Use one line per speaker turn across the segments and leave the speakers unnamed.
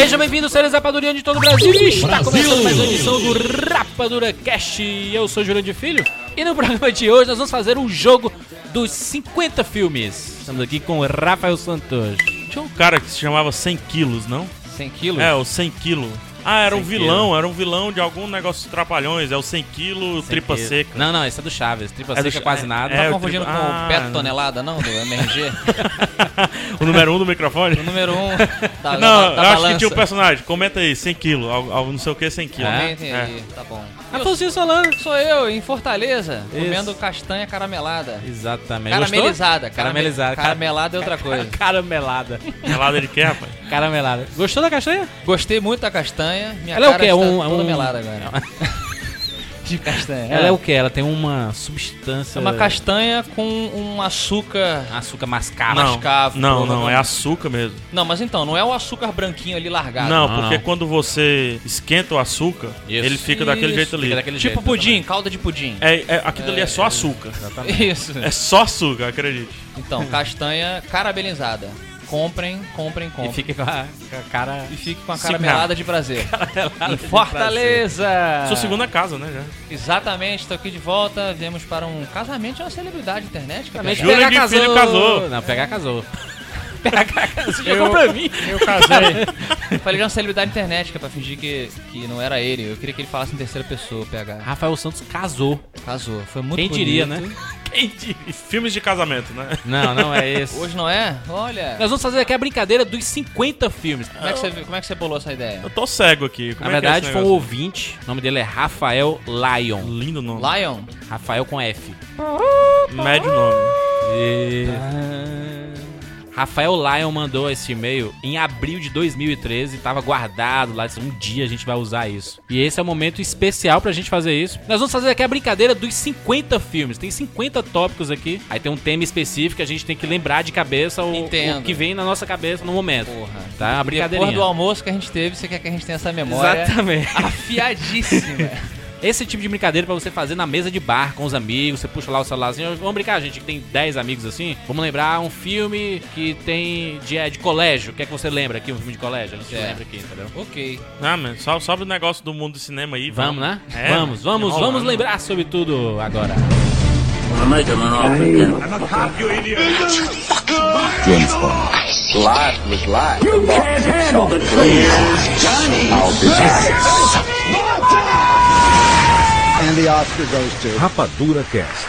Sejam bem-vindos, seres rapadurianos de todo o Brasil. E Está começando mais uma edição do Rapadura Cast. Eu sou Júlio de Filho e no programa de hoje nós vamos fazer um jogo dos 50 filmes. Estamos aqui com o Rafael Santos.
Tinha um cara que se chamava 100 quilos, não?
100 quilos?
É, o 100 quilo. Ah, era
100
um vilão, era um vilão de algum negócio de trapalhões. É o 100 quilo,
100
tripa
quilos.
seca.
Não, não, esse é do Chaves. Tripa
É do
seca é
Cha-
quase nada.
é,
Tá
o
confundindo
tripa-
com
Ah,
o pé da
não.
tonelada, não, do MRG?
O número 1 um do microfone?
o número 1 um da, da,
não, eu
da
acho
balança.
que tinha um personagem. Comenta aí, 100 quilos, não sei o que, 100 quilos.
É?
né?
Comentem aí, tá bom.
Afonso Solano.
Sou eu, em Fortaleza,
Isso.
comendo castanha caramelada.
Exatamente.
Caramelizada,
Gostou? Caramelizada. Cara-
Caramelada é outra coisa.
Caramelada.
É. Gelada ele quer, rapaz.
Caramelada. Gostou da castanha?
Gostei muito da castanha. Minha
Ela é o
cara
quê?
está
Um-
toda
um-
melada agora. De castanha.
Ela é o que? Ela tem uma substância.
É uma castanha com um açúcar.
Açúcar mascavo.
não,
mascavo,
não, não,
provavelmente.
é açúcar mesmo.
Não, mas então, não é o açúcar branquinho ali largado. Tipo
não,
não,
porque
não.
quando você esquenta o açúcar,
Isso.
ele fica daquele
Isso,
jeito ali.
fica daquele
Tipo
jeito,
pudim, calda de pudim.
É, é, aquilo ali é só açúcar.
Isso.
É só açúcar, acredite.
Então, castanha caramelizada. Comprem, comprem, comprem.
E fica com a, com a cara.
E fique com a
Sim,
caramelada de prazer. Em Fortaleza!
Sua segunda casa, né? Já.
Exatamente, tô aqui de volta. Viemos para um casamento de uma celebridade internet, cara.
Júlio Jura? de Filho casou.
Não, pegar casou.
Você chegou pra mim. Eu casei.
Eu falei de uma celebridade internet, que é pra fingir que, que não era ele. Eu queria que ele falasse em terceira pessoa, PH.
Rafael Santos casou.
Casou, foi muito
Quem
bonito.
diria, né?
Quem diria? Filmes de casamento, né?
Não, não é esse.
Hoje não é? Olha.
Nós vamos fazer aqui a brincadeira dos 50 filmes.
Como é que você, como é que você bolou essa ideia?
Eu tô cego aqui. Como
Na
é que é
verdade,
esse
foi um
negócio?
ouvinte. O nome dele é Rafael Lion.
Lindo nome.
Lion?
Rafael com F.
Médio nome.
Rafael Lion mandou esse e-mail em abril de 2013, tava guardado lá, disse, um dia a gente vai usar isso. E esse é o momento especial pra gente fazer isso. Nós vamos fazer aqui a brincadeira dos 50 filmes, tem 50 tópicos aqui, aí tem um tema específico, que a gente tem que lembrar de cabeça o,
Entendo.
o que vem na nossa cabeça no momento.
Porra.
Tá? A
Depois do
brincadeirinha.
almoço que a gente teve, você quer que a gente tenha essa memória afiadíssima.
Esse tipo de brincadeira pra você fazer na mesa de bar com os amigos, você puxa lá o celular assim, "Ó, vamos brincar, gente, que tem 10 amigos assim. Vamos lembrar um filme que tem de, é, de colégio. O que é que você lembra aqui? Um filme de colégio? Não se
É.
lembra aqui, entendeu?
ok.
Ah, mano, só- sobe o negócio do mundo do cinema aí.
Vamos, né?
É,
vamos, vamos,
enrolando.
vamos lembrar sobre tudo agora.
I make him an offer again.
Life was life. You
can't handle the truth.
I'll be back.
And the Oscar goes to.
Rapadura Cast.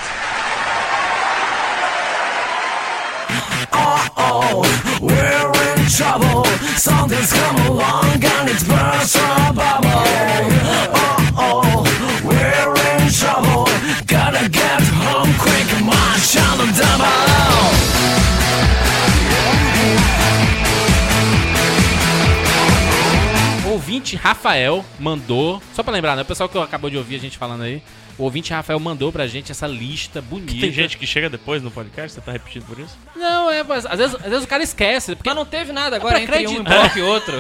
O ouvinte Rafael mandou, só pra lembrar, né? O pessoal que acabou de ouvir a gente falando aí, o ouvinte Rafael mandou pra gente essa lista bonita.
Tem gente que chega depois no podcast, você tá repetindo por isso?
Não, é, mas às vezes, às vezes o cara esquece, porque
Mas não teve nada agora
É pra
entre um
acreditar.
bloco e outro.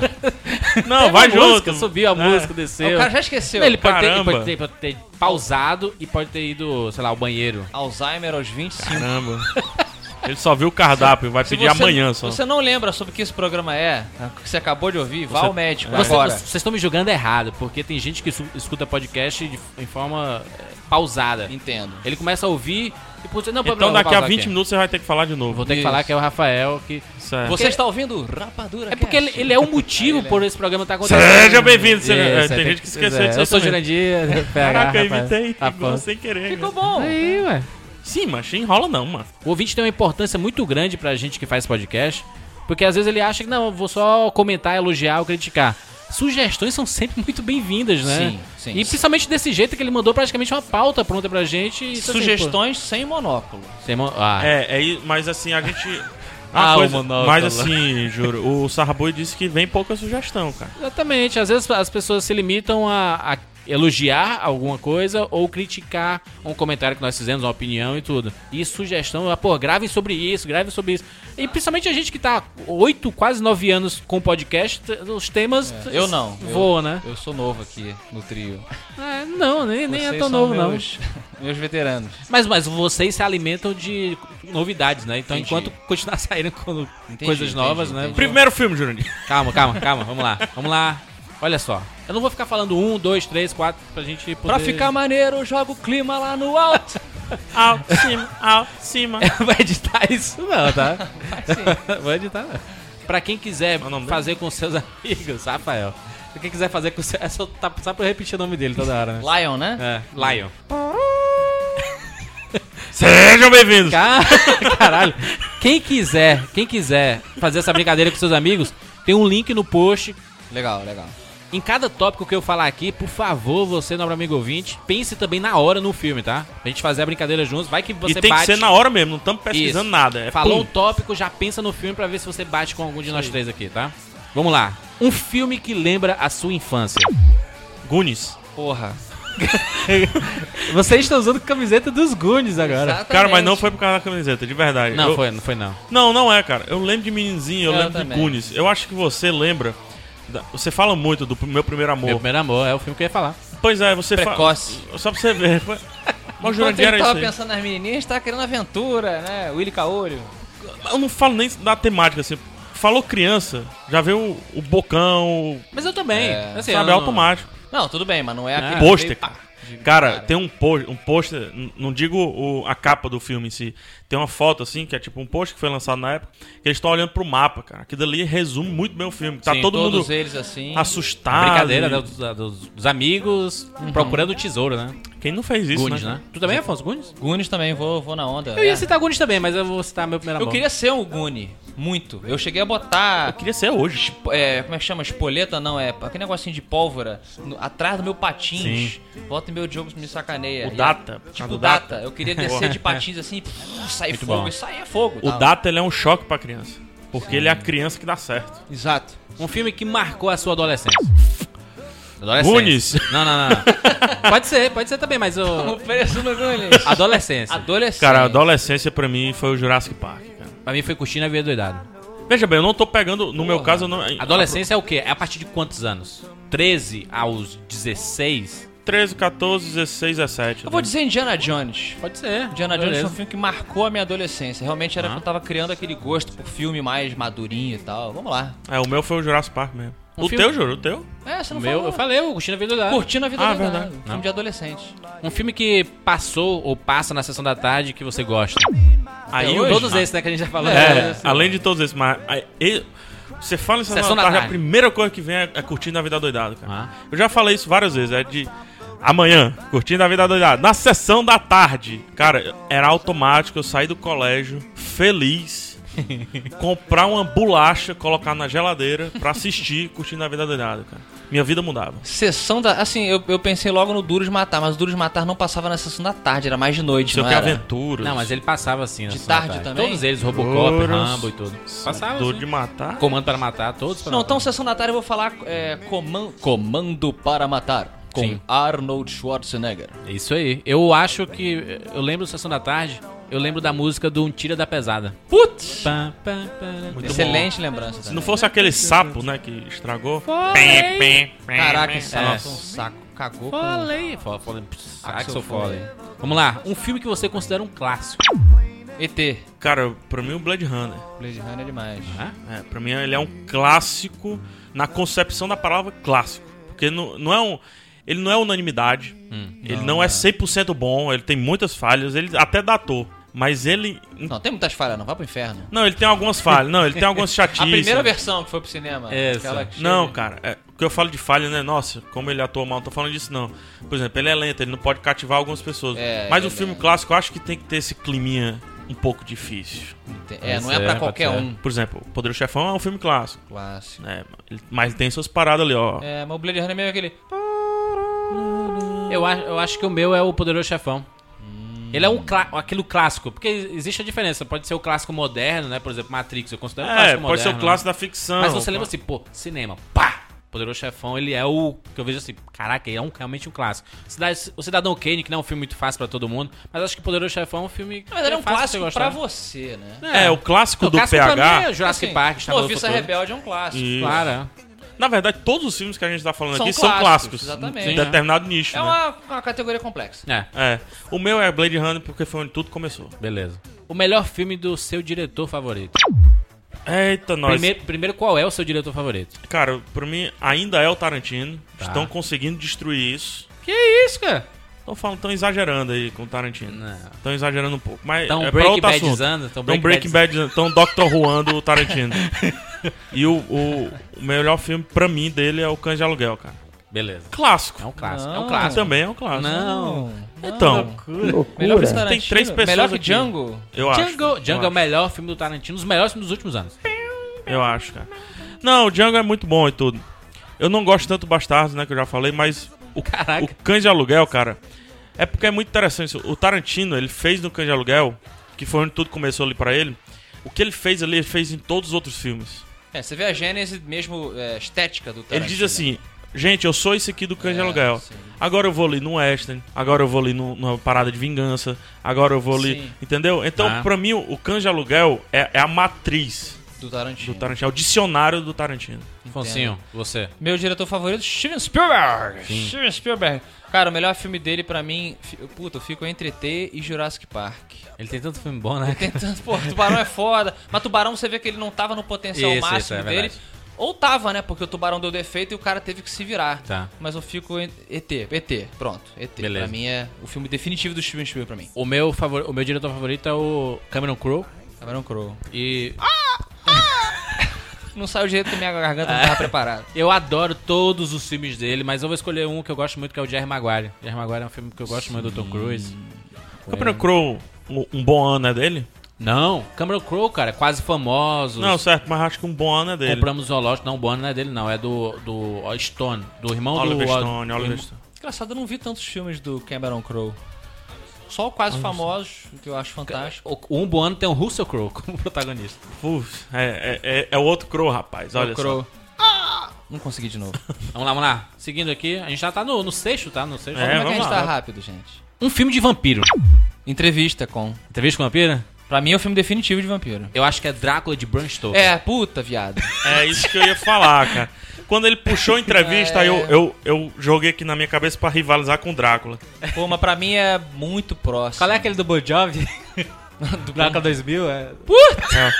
Não,
vai
vai
a música,
junto.
subiu a
É.
música, desceu.
o cara já esqueceu.
Ele pode ter, ele
Caramba.
pode ter- pode ter pausado e pode ter ido, sei lá, ao banheiro.
Alzheimer aos 25.
Caramba. Ele só viu o cardápio, vai
Se
pedir amanhã só.
Você não lembra sobre o que esse programa é, o que você acabou de ouvir, vá ao médico
Você- É.
agora.
Vocês estão me julgando errado, porque tem gente que su- escuta podcast de, em forma é, pausada.
Entendo.
Ele começa a ouvir e pô, você- não, pô,
Então
não, vou
daqui a
pausar
20
aqui.
minutos você vai ter que falar de novo.
Vou ter que
Isso.
falar que é o Rafael que.
Isso é.
Você está ouvindo Rapadura
É porque ele,
Cast.
ele é o motivo por esse programa estar acontecendo.
Seja bem-vindo. seja-
Isso,
é,
é,
tem gente que
pois
esqueceu
é.
disso.
Eu sou
também.
Jurandir. Tá PH,
Caraca, eu
Rafael,
imitei.
Rafael.
Igual sem querer.
Ficou
cara.
bom.
Aí, ué.
Sim, mas enrola não, mano.
O ouvinte tem uma importância muito grande pra gente que faz podcast, porque às vezes ele acha que não, eu vou só comentar, elogiar ou criticar. Sugestões são sempre muito bem-vindas, né?
Sim, sim.
E principalmente desse jeito que ele mandou praticamente uma pauta pronta pra gente. e isso assim,
Sugestões sem monóculo.
pô, sem mo- ah,
É, é, i- mas assim, a gente. Uma
Ah,
coisa-
o monóculo.
Mas assim, juro, o Sarraboi disse que vem pouca sugestão, cara.
Exatamente. Às vezes as pessoas se limitam a, a elogiar alguma coisa ou criticar um comentário que nós fizemos, uma opinião e tudo. E sugestão, ah, pô, gravem sobre isso, gravem sobre isso. E principalmente a gente que tá oito, quase nove anos com podcast, t- os temas...
É, eu não. Eu-
Voa, né?
Eu sou novo aqui no trio.
É, não, nem, nem é
Vocês
tão
são
novo, não.
meus, Meus veteranos.
Mas, mas vocês se alimentam de novidades, né? Então,
Entendi.
enquanto continuar saindo com
Entendi,
coisas
entendi,
novas, né?
entendi.
Primeiro filme, Jurandir.
Calma, calma, calma. Vamos lá, vamos lá. Olha só. Eu não vou ficar falando um, dois, três, quatro pra gente poder...
Pra ficar maneiro, joga o clima lá no alto.
Alto, cima, alto, cima.
Vai editar isso não, tá?
Sim.
Vai editar não. Pra quem quiser
Qual é o nome
fazer com seus amigos, Rafael. Pra quem quiser fazer com seus... É só, tá, só pra eu repetir o nome dele toda hora, né?
Lion, né?
É, Lion.
Sejam bem-vindos.
Ca- Caralho. Quem quiser, quem quiser fazer essa brincadeira com seus amigos, tem um link no post.
Legal, legal.
Em cada tópico que eu falar aqui, por favor, você, nobre amigo ouvinte, pense também na hora no filme, tá? Pra gente fazer a brincadeira juntos. Vai que você
E tem
bate.
que ser na hora mesmo, não estamos pesquisando
Isso.
nada. É
Falou um
pum.
tópico, já pensa no filme pra ver se você bate com algum de nós três aqui, tá? Vamos lá. Um filme que lembra a sua infância.
Goonies.
Porra.
Vocês estão usando camiseta dos Goonies agora.
Cara, mas não foi por causa da camiseta, de verdade.
Não,
Eu-
foi, não foi não.
Não, não é, cara. Eu lembro de Menininho, eu,
Eu
lembro
também.
de Goonies. Eu acho que você lembra. da- Você fala muito do meu primeiro amor.
Meu primeiro amor, é o filme que eu ia falar.
Pois é, você fala.
Precoce.
Só pra você ver. Foi... Mas o
Enquanto
Jurandir era
ele
isso.
tava
aí.
pensando nas menininhas, tava querendo aventura, né? Willy Caolho.
Eu não falo nem da temática, assim. Falou criança, já veio o, o bocão,
Mas eu também. assim,
É,
eu
sabe? É
não-
automático.
Não, tudo bem, mas não é aquele...
Pôster,
que veio,
cara.
pá, de-
Cara, tem um pôster, um pôster n- não digo o- a capa do filme em si, tem uma foto assim, que é tipo um pôster que foi lançado na época, que eles estão olhando pro mapa, cara. Aquilo ali resume muito bem o filme. Tá
Sim,
todo
todos
mundo
eles né? assim.
A
assustado.
brincadeira
e-
da- da- dos, dos amigos procurando o tesouro, né?
Quem não fez isso,
Goonies,
né?
né? Tu também, Afonso? Goonies?
Goonies também, vou, vou na onda.
Eu ia
É.
citar Goonies também, mas eu vou citar meu
tá
primeiro
Eu
amor.
queria ser um Guni, muito. Eu cheguei a botar.
Queria ser hoje.
é, como é que chama? Espoleta? Não, é aquele negocinho de pólvora no- atrás do meu patins. Volta e meu jogo me sacaneia.
O
E
Data,
A,
por
tipo,
causa do
data.
Data.
Eu queria descer de patins assim, pff, sair fogo,
bom.
e sair fogo. tá?
O
tal.
Data ele é um choque pra criança. Porque ele é a criança que dá certo.
Exato.
Um filme que marcou a sua adolescência. Adolescência.
Goonies.
Não, não, não. não. pode ser, pode ser também, mas eu...
Oferecendo no Guni.
Adolescência.
Adolescente.
Cara, a adolescência pra mim foi o Jurassic Park, cara.
Pra mim foi curtindo a vida doidado.
Veja bem, eu não tô pegando, no meu caso, eu não.
Adolescência é o quê? É a partir de quantos anos? 13 aos 16?
13, 14, 16, 17.
Eu vou dizer Indiana Jones.
Pode ser.
Indiana Jones
Beleza.
foi um filme que marcou a minha adolescência. Realmente era
Ah.
que eu tava criando aquele gosto por filme mais madurinho e tal. Vamos lá.
É, o meu foi o Jurassic Park mesmo.
Um
o
filme-
teu, juro, o teu?
É, você não
Meu,
falou.
eu falei, eu curtindo a vida doidado.
Curtindo a vida
Ah,
ah, verdade.
verdade.
Filme de adolescente.
Um filme que passou ou passa na sessão da tarde que você gosta.
Aí
Eu-
hoje-
todos esses, né, que a gente já falou.
É, além de todos esses, mas. aí, e- você fala em Sessão da tarde, a primeira coisa que vem é, é curtindo a vida doidado, cara.
Ah.
Eu já falei isso várias vezes, é de amanhã, curtindo a vida doidado. Na sessão da tarde, cara, era automático eu sair do colégio feliz, comprar uma bolacha, colocar na geladeira pra assistir, curtindo a vida doidado, cara. Minha vida mudava.
Sessão da. Assim, eu, eu pensei logo no Duros Matar, mas o Duros Matar não passava na sessão da tarde, era mais de noite,
Seu
não
que
era?
aventuras.
Não, mas ele passava assim. na
De
sessão da
tarde também?
Todos eles, Robocop,
Ouros.
Rambo e tudo. Passava
Duro
assim.
de matar.
Comando para matar, todos para
Não,
matar.
então sessão da tarde eu vou falar é, coman- Comando para Matar. Com
Sim.
Arnold Schwarzenegger.
Isso aí. Eu acho que. Eu lembro Sessão da Tarde, eu lembro da música do Um Tira da Pesada.
Putz!
Pá, pá, pá.
Muito
Excelente lembrança.
Se
também.
não fosse aquele sapo, né, que estragou.
Caraca, esse
É.
nossa, um saco. Cagou com
Foley. Fo- Foley. Pss, Axel
Axel
Foley.
Foley.
Vamos lá. Um filme que você considera um clássico.
ET.
Cara, pra mim o Blade Runner.
Blade Runner é demais.
É, pra mim ele é um clássico na concepção da palavra clássico. Porque não, não é um. Ele não é unanimidade.
Hum,
ele não, é 100% bom, ele tem muitas falhas, ele até datou. Mas ele.
Não, tem muitas falhas, não. Vai pro inferno.
Não, ele tem algumas falhas. Não, ele tem algumas chatices.
A primeira versão que foi pro cinema.
Essa.
aquela que
Não,
chega-
cara, é, o que eu falo de falha, né? Nossa, como ele atua mal, não tô falando disso, não. Por exemplo, ele é lento, ele não pode cativar algumas pessoas.
É,
Mas
ele
o filme
é.
clássico, eu acho que tem que ter esse climinha um pouco difícil.
É, não é
Pode
pra
ser,
qualquer
pode ser.
um.
Por exemplo, o Poderoso Chefão é um filme clássico,
Clássico.
né? Ele- Mas tem suas paradas ali, ó.
É, mas o Blade Runner é meio aquele.
Hum.
Eu, a- eu acho que o meu é o Poderoso Chefão. Ele é um clá- aquilo clássico, porque existe a diferença. Pode ser o clássico moderno, né? Por exemplo, Matrix, eu considero um
É,
clássico
pode ser
moderno.
o clássico da ficção.
Mas você lembra assim, pô, cinema, pá! Poderoso Chefão, ele é o que eu vejo assim, caraca, ele é um- realmente um clássico. Cida- O Cidadão Kane, que não é um filme muito fácil pra todo mundo, mas acho que Poderoso Chefão é um filme.
Na verdade, é um
fácil
clássico
você
pra
gostar.
você, né?
É, o clássico
O
do
clássico
PH.
pra mim é Jurassic
Assim,
Park, Exterminador do
Noviça
Futuro.
Rebelde é um clássico.
E-
Claro. é.
Na verdade, todos os filmes que a gente tá falando
São
aqui são
clássicos,
clássicos.
exatamente.
Em
Sim.
determinado nicho,
É
né?
uma, uma categoria complexa.
É,
É. O meu é Blade Runner porque foi onde tudo começou.
beleza. O melhor filme do seu diretor favorito.
Eita, nós.
Primeiro, primeiro, qual é o seu diretor favorito?
Cara, pra mim ainda é o Tarantino.
Tá.
Estão conseguindo destruir isso.
Que isso, cara?
Estão falando, estão exagerando aí com o Tarantino.
Não.
Estão exagerando um pouco. Mas
Né. Tão
é pra
Breaking
outro assunto.
Badizando, tão
Estão Breaking Bad, estão Dr. Juando o Tarantino. e o, o, o melhor filme pra mim dele é o Cães de Aluguel, cara.
Beleza.
Clássico.
É um clássico, é um
Não.
clássico.
Também é um clássico.
Não.
Então,
Melhor que
Tem três pessoas
Melhor que
aqui.
Django.
eu acho.
Django, Django é
eu
o melhor filme do Tarantino, um dos melhores filmes dos últimos anos.
Eu acho, cara. Não, o Django é muito bom e tudo. Eu não gosto tanto do Bastardos, né, que eu já falei, mas o,
Caraca.
o Cães de Aluguel, cara, é porque é muito interessante. isso. O Tarantino, ele fez no Cães de Aluguel, que foi onde tudo começou ali pra ele, o que ele fez ali, ele fez em todos os outros filmes.
É, você vê a gênese mesmo é, estética do Tarantino. né?
Ele diz assim, gente, eu sou esse aqui do Cães de
É,
Aluguel.
sim.
Agora eu vou ali no Western, agora eu vou ali no- numa parada de vingança, agora eu vou ali...
Sim.
Entendeu? Então,
Ah.
pra mim, o Cães de Aluguel é, é a matriz
Do Tarantino.
do Tarantino, é o dicionário do Tarantino.
Foncinho, você.
Meu diretor favorito, Steven Spielberg. Steven Spielberg. Cara, o melhor filme dele pra mim, fi- puta, eu fico entre T e Jurassic Park.
Ele tem tanto filme bom, né?
Tem tanto, pô, Tubarão é foda. Mas Tubarão você vê que ele não tava no potencial
Isso,
máximo
isso, é
dele.
verdade.
Ou tava, né? Porque o Tubarão deu defeito e o cara teve que se virar.
Tá.
Mas eu fico em ET, ET, pronto, ET.
Beleza.
Pra mim é o filme definitivo do Steven Spielberg pra mim.
O meu, favor... o meu diretor favorito é o Cameron Crowe.
Cameron Crowe.
E
Não saiu direito porque minha garganta não tava preparada.
eu adoro todos os filmes dele, mas eu vou escolher um que eu gosto muito, que é o Jerry Maguire. Jerry Maguire é um filme que eu gosto muito do Tom Cruise.
Cameron Crowe, um, um bom ano é dele?
Não, Cameron Crowe, cara, é quase famoso.
Não, certo, mas acho que um bom ano é dele.
Compramos o zoológico, não, o Bono não é dele, não. É do, do Stone, do
um
irmão
Oliver
do.
Stone,
do
Oliver
irmão-
Stone.
Engraçado, eu não vi tantos filmes do Cameron Crowe. Só o Quase Famosos, que eu acho fantástico.
O um Bono tem o Russell Crowe como protagonista.
Putz, é, é, é, é o outro Crow, rapaz. Olha
o Crowe. Não consegui de novo.
Vamos lá, vamos lá. Seguindo aqui, a gente já tá no, no sexto, tá? No sexto.
É,
Como é que a
vamos
gente
lá.
tá rápido, gente?
Um filme de vampiro.
Entrevista com.
Entrevista com vampiro?
Pra mim é o filme definitivo de vampiro.
Eu acho que é Drácula de Bram Stoker.
É, puta, viado.
só. É isso que eu ia falar, cara. Quando ele puxou a entrevista,
É.
aí eu, eu, eu joguei aqui na minha cabeça pra rivalizar com o Drácula.
Pô, mas pra mim é muito próximo.
Qual é aquele do Bon Jovi? do Drácula 2000? É...
Ah.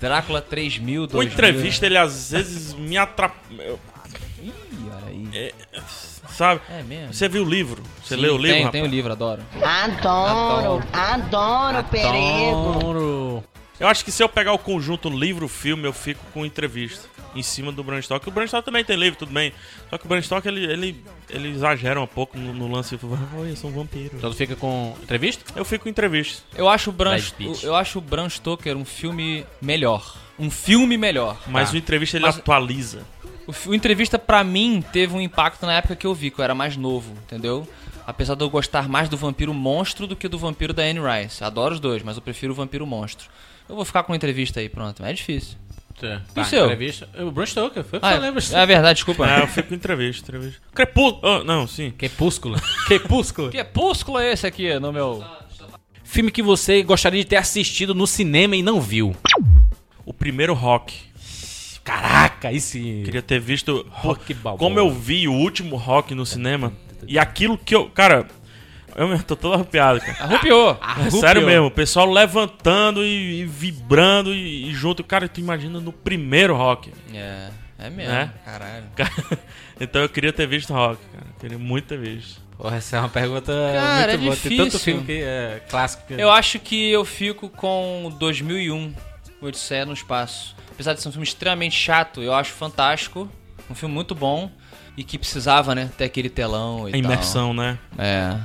Drácula 3000,
Com
2000.
entrevista, ele às vezes me atrapalha.
Ih, olha aí.
Sabe?
É mesmo?
Você viu o livro? Você
Sim,
leu o livro?
Tenho,
rapaz?
tenho o livro, adoro.
Adoro, adoro, perigo.
Toro.
Eu acho que se eu pegar o conjunto livro-filme, eu fico com entrevista em cima do Bram Stoker. O Bram Stoker também tem livro, tudo bem. Só que o Bram Stoker, ele, ele, ele exagera um pouco no, no lance. Olha, eu sou um vampiro.
Então tu fica com entrevista?
Eu fico com entrevista.
Eu acho o Bram,
Brad Pitt.
eu acho o Bram Stoker um filme melhor. Um filme melhor.
Mas
Tá.
o entrevista, ele
Mas-
atualiza.
O, fi- o entrevista pra mim teve um impacto na época que eu vi, que eu era mais novo, entendeu? Apesar de eu gostar mais do vampiro monstro do que do vampiro da Anne Rice. Adoro os dois, mas eu prefiro o vampiro monstro. Eu vou ficar com a entrevista aí, pronto. É difícil.
Tá,
seu?
entrevista. O Bram Stoker, foi o que
Ah,
eu lembro. assim.
é, é verdade, desculpa.
É, eu fico com entrevista, entrevista. Crepúsculo. Ah, não, sim.
Crepúsculo. Crepúsculo.
Que púsculo é esse aqui no meu.
Filme que você gostaria de ter assistido no cinema e não viu.
O primeiro rock.
Caraca, aí sim.
Queria ter visto.
Rock Balboa.
Como eu vi o último rock no cinema. E aquilo que eu. Cara, eu me- tô todo arrepiado, cara.
Arrupiou!
Ah, É
Sério mesmo, o pessoal levantando e, e vibrando e, e junto. Cara, tu imagina no primeiro rock.
É, é mesmo.
Né?
Caralho.
Cara, então eu queria ter visto rock, cara. Queria muito ter visto.
Porra, essa é uma pergunta
Cara,
muito
é
boa. Tem tanto
difícil.
filme que é clássico. que-
Eu acho que eu fico com 2001, O Odisseia no Espaço. Apesar de ser um filme extremamente chato, eu acho fantástico. Um filme muito bom e que precisava, né, ter aquele telão e
Então.
A imersão, né?
tal. É.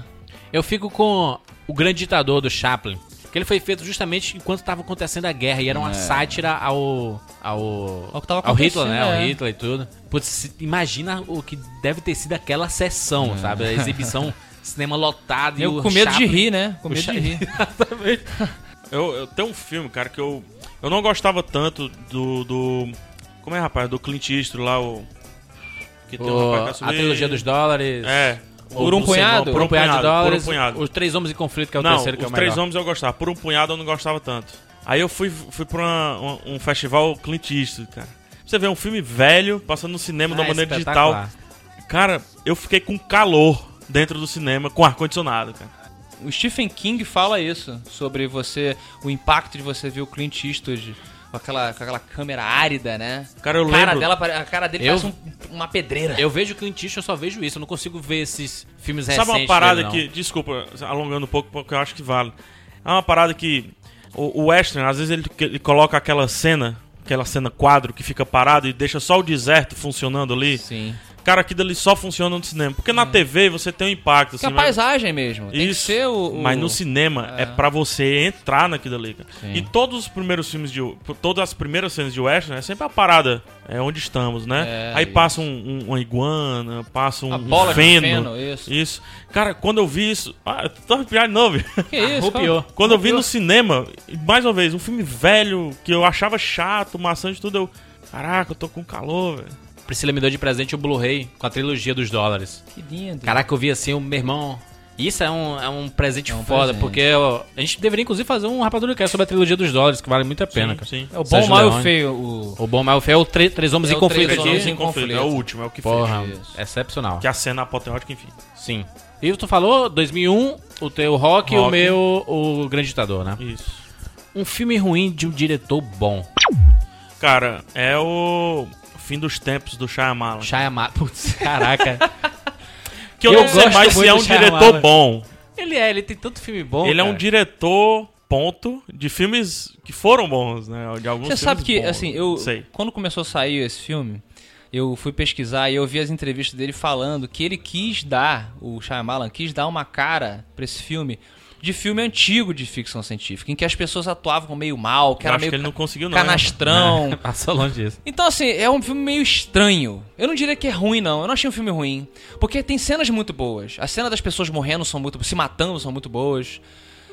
Eu fico com o grande ditador do Chaplin. Que ele foi feito justamente enquanto estava acontecendo a guerra. E era
É.
uma sátira ao. ao.
Ao que tava
Hitler, né? Ao
acontecendo, é.
É.
Hitler e tudo. Putz, se- imagina o que deve ter sido aquela sessão, sabe? A exibição Cinema lotado. e
Eu
o
com medo de
Chaplin-
rir, né? Com
o
medo
Cha-
de rir.
Exatamente.
Eu, eu tenho um filme, cara, que eu. Eu não gostava tanto do. do como é, rapaz? Do Clint Eastwood lá, o. Que tem um
O-
rapaz que vai
a
subir-
trilogia dos dólares.
É.
Por um
o- o-
punhado?
Por um punhado
de dólares.
Por um punhado.
Os Três Homens em Conflito, que é o
não,
terceiro que é o
os três
melhor.
homens eu gostava. Por um punhado eu não gostava tanto. Aí eu fui, fui pra uma- um, um festival Clint Eastwood, cara. Você vê um filme velho, passando no
É,
cinema de
Ah,
uma maneira
espetacular.
digital. Cara, eu fiquei com calor dentro do cinema, com ar-condicionado, cara.
O Stephen King fala isso, sobre você, o impacto de você ver o Clint Eastwood com aquela, com aquela câmera árida, né?
Cara, eu
a cara
lembro-
Dela, pare- a cara dele
Eu-
parece um- uma pedreira.
Eu vejo Clint Eastwood, eu só vejo isso. Eu não consigo ver esses filmes recentes
Sabe uma parada
dele, não.
que. Desculpa, alongando um pouco, porque eu acho que vale. É uma parada que. O, o Western, às vezes, ele, que- ele coloca aquela cena, aquela cena quadro que fica parado e deixa só o deserto funcionando ali.
Sim.
Cara, aquilo ali só funciona no cinema. Porque na TV você tem um impacto,
Porque
assim.
a
mas-
é paisagem mesmo. Tem
Isso,
que ser o. o-
Mas no cinema é, pra você entrar naquilo ali, cara. E todos os primeiros filmes de. Todas as primeiras cenas de Western é sempre a parada. É onde estamos, né?
É,
Aí
isso.
passa um, um- uma iguana, passa um,
A
um
bola de
feno.
feno, isso.
Isso. Cara, quando eu vi isso. Ah, eu tô arrepiado de novo.
Que isso?
Arrupiou.
cara?
quando eu vi
Arrupiou.
no cinema, mais uma vez, um filme velho que eu achava chato, maçante e tudo, eu. Caraca, eu tô com calor, velho.
Priscila me deu de presente o Blu-ray com a trilogia dos dólares.
Que lindo.
Caraca, eu vi assim, o meu irmão. Isso é um, é um presente
É um
foda,
presente.
porque ó, a gente deveria inclusive fazer um rapadura que é sobre a trilogia dos dólares, que vale muito a pena, cara.
Sim.
É o bom,
Sérgio
mal e o
Leone.
feio. O...
O bom é o Fel, três, três homens
É
em
o
conflito
Três
aqui.
Homens
Três
em
em conflito. É o último, é o que fez.
Porra,
Isso.
excepcional.
Que a cena apoteótica, enfim.
Sim. E tu falou 2001, o teu rock, e o
Rock.
meu o Grande Ditador, né?
Isso.
Um filme ruim de um diretor bom.
Cara, é o fim dos tempos do Shyamalan.
Shyamalan. Putz, caraca.
Que eu,
Eu
não sei
gosto
mais se
muito
é um
do Shyamalan.
diretor bom.
ele é, ele tem tanto filme bom.
Ele é um
cara.
diretor, ponto, de filmes que foram bons, né? De alguns
Você
filmes
sabe que,
bons.
assim, eu.
Sei.
Quando começou a sair esse filme, eu fui pesquisar e eu vi as entrevistas dele falando que ele quis dar, o Shyamalan quis dar uma cara pra esse filme de filme antigo de ficção científica, em que as pessoas atuavam meio mal, que
Eu
era
acho
meio
que ele não conseguiu, não. né? É. hein,
canastrão.
Passou longe disso.
Então, assim, é um filme meio estranho. Eu não diria que é ruim, não. Eu não achei um filme ruim. Porque tem cenas muito boas. A cena das pessoas morrendo são muito se matando são muito boas.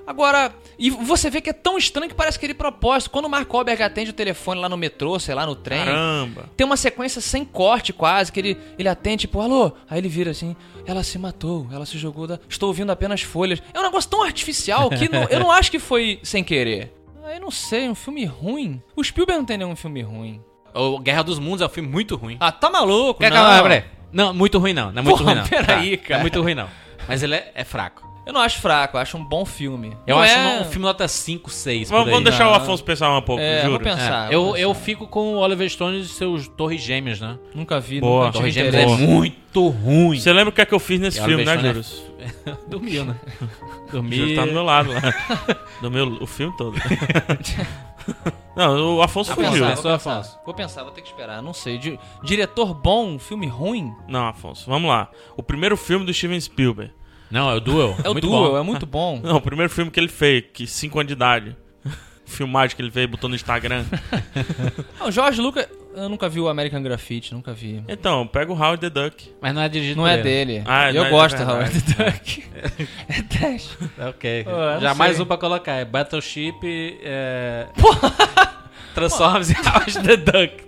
Agora, e você vê que é tão estranho que parece que ele propósito. Quando o Mark Wahlberg atende o telefone lá no metrô, sei lá, no trem.
Caramba.
Tem uma sequência sem corte quase, que ele, ele atende, tipo, alô? Aí ele vira assim, ela se matou, ela se jogou da. Estou ouvindo apenas folhas. É um negócio tão artificial que não- eu não acho que foi sem querer. Ah, Eu não sei, um filme ruim. O Spielberg não tem nenhum filme ruim.
O Guerra dos Mundos é um filme muito ruim.
Ah, tá maluco,
Quer
não.
acabar, peraí. Não, muito ruim não. Não é muito
Porra,
ruim não.
peraí,
Tá,
cara.
Não é muito ruim não. Mas ele é, é fraco.
Eu não acho fraco, eu acho um bom filme.
Eu
Não
acho
é-
um filme nota 5, 6.
Vamos, vamos deixar
né?
Não.
o Afonso pensar um pouco,
É, vou
juro.
É,
pensar.
eu,
vou pensar.
eu fico com o Oliver Stone e seus Torres Gêmeas, né?
nunca vi,
Boa.
nunca tive
Torres Gêmeas
interesse.
é muito ruim.
Você lembra o que é que eu fiz nesse
E
filme, né,
Oliver Stone é
Juros?
Dormiu, né?
O
Dormiu.
Juros tá do meu lado lá. Do meu, o filme todo. não, o Afonso
Vou
fugiu.
pensar,
Afonso,
vou
Afonso.
pensar. Vou pensar, vou ter que esperar, não sei. Di- Diretor bom, um filme ruim?
Não, Afonso, vamos lá. O primeiro filme do Steven Spielberg.
Não, é o Duel.
É o
muito
Duel,
bom.
é
Ah.
muito bom.
Não, o primeiro filme que ele fez, que 5 anos de idade. Filmagem que ele fez, botou no Instagram.
Não, Jorge Lucas, eu nunca vi o American Graffiti, nunca vi.
Então, pega o Howard the Duck.
Mas não é dirigido
Não
por
é
ele.
dele.
Ah,
eu
não é-
gosto,
é
Howard
verdade.
Duck. É trash.
Ok.
Pô, eu não
Já mais
sei.
um pra colocar. É Battleship. É... Transformers e House the Duck.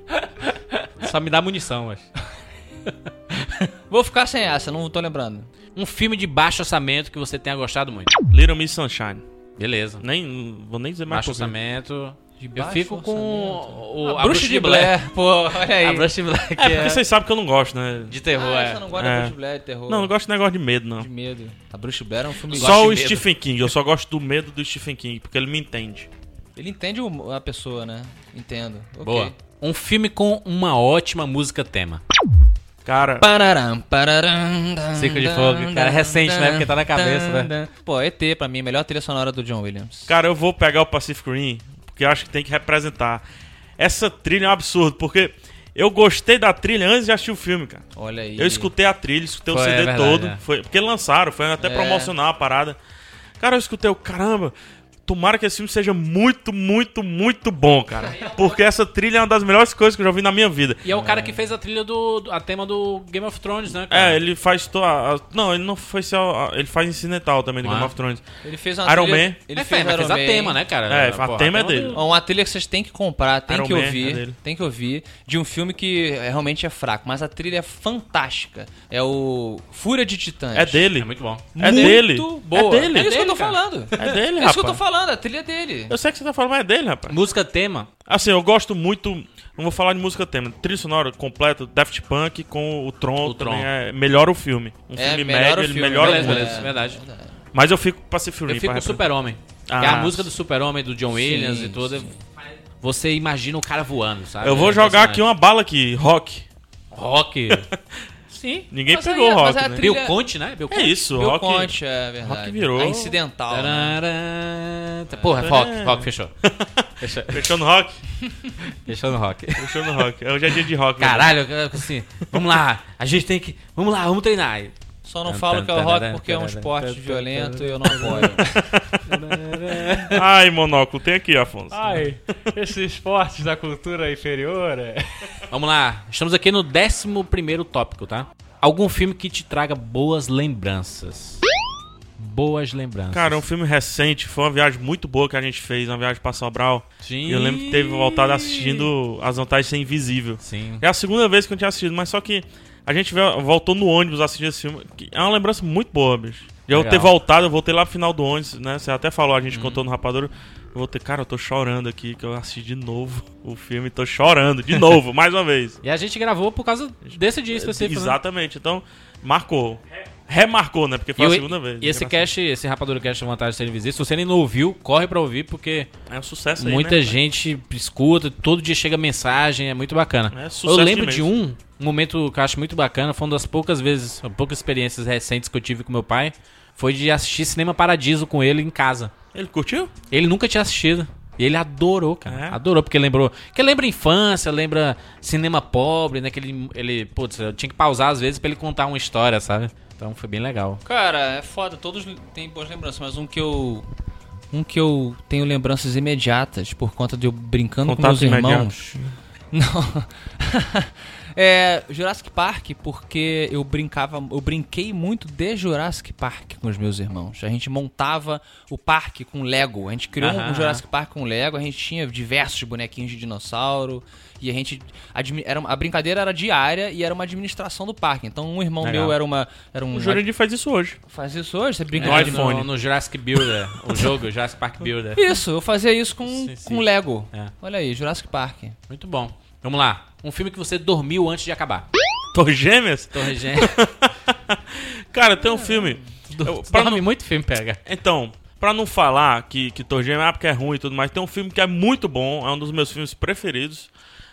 Só me dá munição, mas.
Vou ficar sem essa, não tô lembrando.
Um filme de baixo orçamento que você tenha gostado muito.
Little Miss Sunshine.
Beleza.
Nem, vou nem dizer mais
Baixo
por quê.
orçamento. Eu
baixo
fico com
orçamento.
o,
Bruxa, de Blair, pô, olha aí.
A Bruxa de Blair que
É, porque
é
vocês sabem que eu não gosto, né?
de terror.
Ah,
é.
essa não gosta de
É.
Bruxa de Blair, de terror.
Não, não gosto de negócio de medo, não.
de medo. A Bruxa de Blair é um filme
Só
de
o
medo.
Stephen King. Eu só gosto do medo do Stephen King, porque ele me entende.
Ele entende o- a pessoa, né? Entendo. Ok.
Boa. Um filme com uma ótima música tema.
Cara,
Pararam, pararam, dan,
Ciclo de
dan,
Fogo,
dan,
cara, é recente, né?
dan,
Porque tá na cabeça,
dan,
né?
dan. Pô, ET pra mim, é melhor trilha sonora do John Williams.
cara, eu vou pegar o Pacific Rim, porque eu acho que tem que representar. Essa trilha é um absurdo, porque eu gostei da trilha antes de assistir o filme, cara.
Olha aí.
Eu escutei a trilha, escutei
Foi,
o
é
CD
verdade,
todo.
é.
Foi, porque lançaram, foi até
É.
promocional a parada. Cara, eu escutei o caramba. Tomara que esse filme seja muito, muito, muito bom, cara. Porque essa trilha é uma das melhores coisas que eu já vi na minha vida.
E é o cara que fez a trilha do, do- a tema do Game of Thrones, né? cara?
É, ele faz toda. a- Não, ele não foi só. a- Ele faz incidental também do
Ah.
Game of Thrones.
Ele fez uma
Iron
trilha,
Man.
Ele
É,
fez,
mas
Iron
fez a
Man.
tema, né, cara?
É, a tema é
do-
dele.
É Uma trilha que vocês têm que comprar, tem
Iron
que
Man, é
ouvir,
dele.
tem que ouvir, de um filme que é, realmente é fraco, mas a trilha é fantástica. É o Fúria de Titãs.
É dele.
É muito bom.
É dele.
Muito boa.
É dele.
É isso que eu tô
cara.
falando.
É dele,
É isso que eu tô
rapaz.
falando, a trilha é dele.
Eu sei que você tá falando, mas é dele, rapaz.
Música tema.
Assim, eu gosto muito. Não vou falar de música tema. Trilha sonora completa, Daft Punk com o Tron.
O
também
Tron.
É, melhora o filme. Um
É,
filme
melhora
médio,
o
ele
filme,
melhora
beleza,
o filme.
beleza, verdade.
Mas eu fico É. pra se
Eu fico com o Super-Homem.
Ah,
que é a música do Super-Homem, do John Williams
Sim,
e tudo. Você imagina o cara voando, sabe?
Eu vou
É
jogar um- aqui
impressionante.
uma bala aqui, rock.
Rock. Sim.
Ninguém
Mas
pegou
aí-
o
mas
rock,
é a
né?
trilha-
Bill Conte, né? Bill
É isso,
Bill
rock.
Conte, é verdade.
Rock virou.
A incidental. né?
Tarará. Porra, rock, rock, fechou. Fechou,
Fechou no rock?
fechou no rock.
Fechou no rock. Hoje é dia de rock. né?
Caralho, assim, vamos lá, a gente tem que. Vamos lá, vamos treinar.
Só não falo que é o rock porque é um esporte violento e eu não apoio.
Ai, monóculo, tem aqui, Afonso.
Ai, esses esportes da cultura inferior. é.
Vamos lá, estamos aqui no 11 tópico, tá? Algum filme que te traga boas lembranças. Boas lembranças.
Cara, é um filme recente, foi uma viagem muito boa que a gente fez, uma viagem pra Sobral. E eu lembro que teve voltado assistindo As Vantagens de Ser Invisível.
Sim.
É a segunda vez que eu tinha assistido, mas só que a gente veio- voltou no ônibus assistindo esse filme. que é uma lembrança muito boa, bicho. De eu
Legal. Uhum.
ter voltado, eu voltei lá pro final do ônibus, né? Você até falou, a gente contou no Rapadura. Eu voltei, cara, eu tô chorando aqui, que eu assisti de novo o filme, tô chorando, de novo, mais uma vez.
E a gente gravou por causa desse
É,
dia específico. né?
Exatamente, então marcou. Remarcou, né? Porque foi
E,
a
o-
segunda vez.
e esse
Engraçado.
cast, esse Rapadura Cast é Vantagem de Ser Invisível, se você ainda não ouviu, corre pra ouvir, porque
É um sucesso aí,
Muita
né?
gente escuta, todo dia chega mensagem, é muito bacana.
É, sucesso
eu lembro
imenso.
de um, um momento que eu acho muito bacana, foi uma das poucas vezes, poucas experiências recentes que eu tive com meu pai, foi de assistir Cinema Paradiso com ele em casa.
Ele curtiu?
Ele nunca tinha assistido. E ele adorou, cara.
É?
Adorou, porque lembrou. Porque lembra infância, lembra cinema pobre, né? Que ele, ele. Putz, eu tinha que pausar às vezes pra ele contar uma história, sabe? Então foi bem legal.
Cara, é foda, todos têm boas lembranças, mas um que eu. Um que eu tenho lembranças imediatas por conta de eu brincando com
Contatos
meus irmãos. Não. é Jurassic Park, porque eu brincava, eu brinquei muito de Jurassic Park com os meus irmãos. A gente montava o parque com Lego. A gente criou
Aham.
um Jurassic Park com Lego, a gente tinha diversos bonequinhos de dinossauro e a gente admi- era, uma- a brincadeira era diária e era uma administração do parque. Então um irmão
Legal.
meu era uma era um
O Jurandir faz isso hoje.
Faz isso hoje? Você brinca
No
de-
É,
iPhone.
No, no Jurassic Builder, o jogo, Jurassic Park Builder.
Isso, eu fazia isso com,
Sim, sim.
com Lego.
É.
Olha aí, Jurassic Park.
Muito bom. Vamos lá. Um filme que você dormiu antes de acabar.
Torre Gêmeas?
Torre Gêmeas.
Cara, tem um filme. Eu- pra
Dorme muito filme, pega.
Então, pra não falar que, que Torre Gêmea é porque é ruim e tudo mais, tem um filme que é muito bom, é um dos meus filmes preferidos.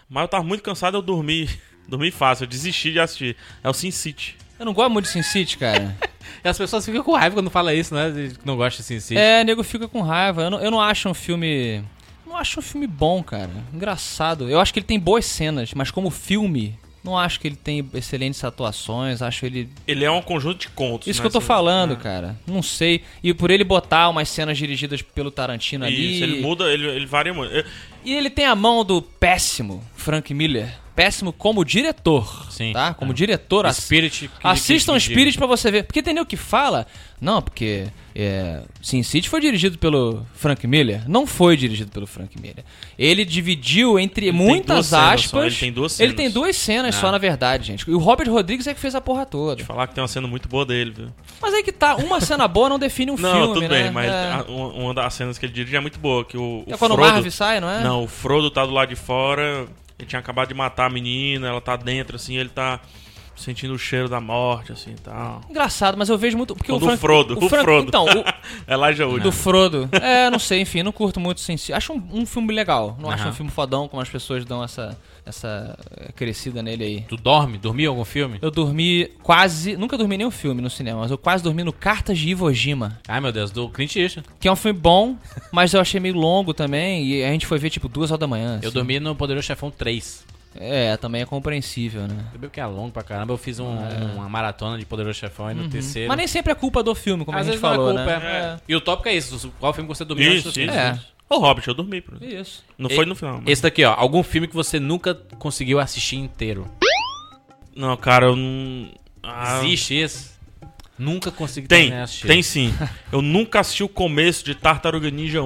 Mas eu tava muito cansado, eu dormi. Dormi fácil, eu desisti de assistir. É o Sin City.
Eu não gosto muito de Sin City, cara.
E as pessoas ficam com raiva quando fala isso, né? De que Não gosta de Sin City.
é, nego fica com raiva. Eu não, eu não acho um filme. Não acho um filme bom, cara. Engraçado. Eu acho que ele tem boas cenas, mas como filme, não acho que ele tem excelentes atuações. Acho ele.
Ele é um conjunto de contos.
Isso
né,
que eu tô
assim.
falando, cara. Não sei. E por ele botar umas cenas dirigidas pelo Tarantino ali.
Isso, ele muda, ele, ele varia muito. Eu-
E ele tem a mão do péssimo Frank Miller. Péssimo como diretor.
Sim.
É.
Tá? Como diretor, ass-
Spirit. que-
Assistam
que- que-
Spirit pra você ver. Porque tem nego que fala. Não, porque é, Sin City foi dirigido pelo Frank Miller. Não foi dirigido pelo Frank Miller. Ele dividiu entre
tem duas
muitas
cenas
aspas.
só, ele tem duas cenas.
Ele
Ah.
tem duas cenas só, na verdade, gente. E o Robert Rodrigues é que fez a porra toda.
Vou falar que tem uma cena muito boa dele, viu?
Mas aí que tá, uma cena boa não define um
não,
filme,
tudo
né?
bem, mas
É.
a- uma, uma das cenas que ele dirige é muito boa. Que o, o
É quando o
Frodo-
Marv sai, não é?
Não, o Frodo tá do lado de fora, ele tinha acabado de matar a menina, ela tá dentro, assim, ele tá sentindo o cheiro da morte, assim, e tal.
Engraçado, mas eu vejo muito. Porque
Ou
o
do
Frank,
Frodo, o
Frank-
Frodo.
Então, o,
Elijah Wood.
Do Frodo. É, não sei, enfim, não curto muito Sin City. Acho um, um filme legal. Não acho um filme fodão, como as pessoas dão essa, essa eh, crescida nele aí.
Tu dorme? Dormiu em algum filme?
Eu dormi quase. Nunca dormi nenhum filme no cinema, mas eu quase dormi no Cartas de Iwo Jima,
Ai, meu Deus, do Clint Eastwood.
que é um filme bom, mas eu achei meio longo também. E a gente foi ver tipo duas horas da manhã.
Eu
assim.
dormi no Poderoso Chefão 3.
É, também é compreensível, né?
Também porque é longo pra caramba. Eu fiz um- uma maratona de Poderoso Chefão e no terceiro.
Mas nem sempre é culpa do filme, como
Às
a gente
vezes
falou,
não é culpa.
né?
é. E o tópico é isso. Qual filme que você dormiu antes
Isso,
do
isso.
filme?
É.
isso. Ô, Hobbit, eu dormi. Por...
É. Isso.
Não
E-
foi no final. Mas...
É. Esse daqui, ó. Algum filme que você nunca conseguiu assistir inteiro.
Não, cara, eu não. Ah,
Existe esse? Nunca consegui
Tem,
também assistir.
tem sim. Eu nunca assisti o começo de Tartaruga Ninja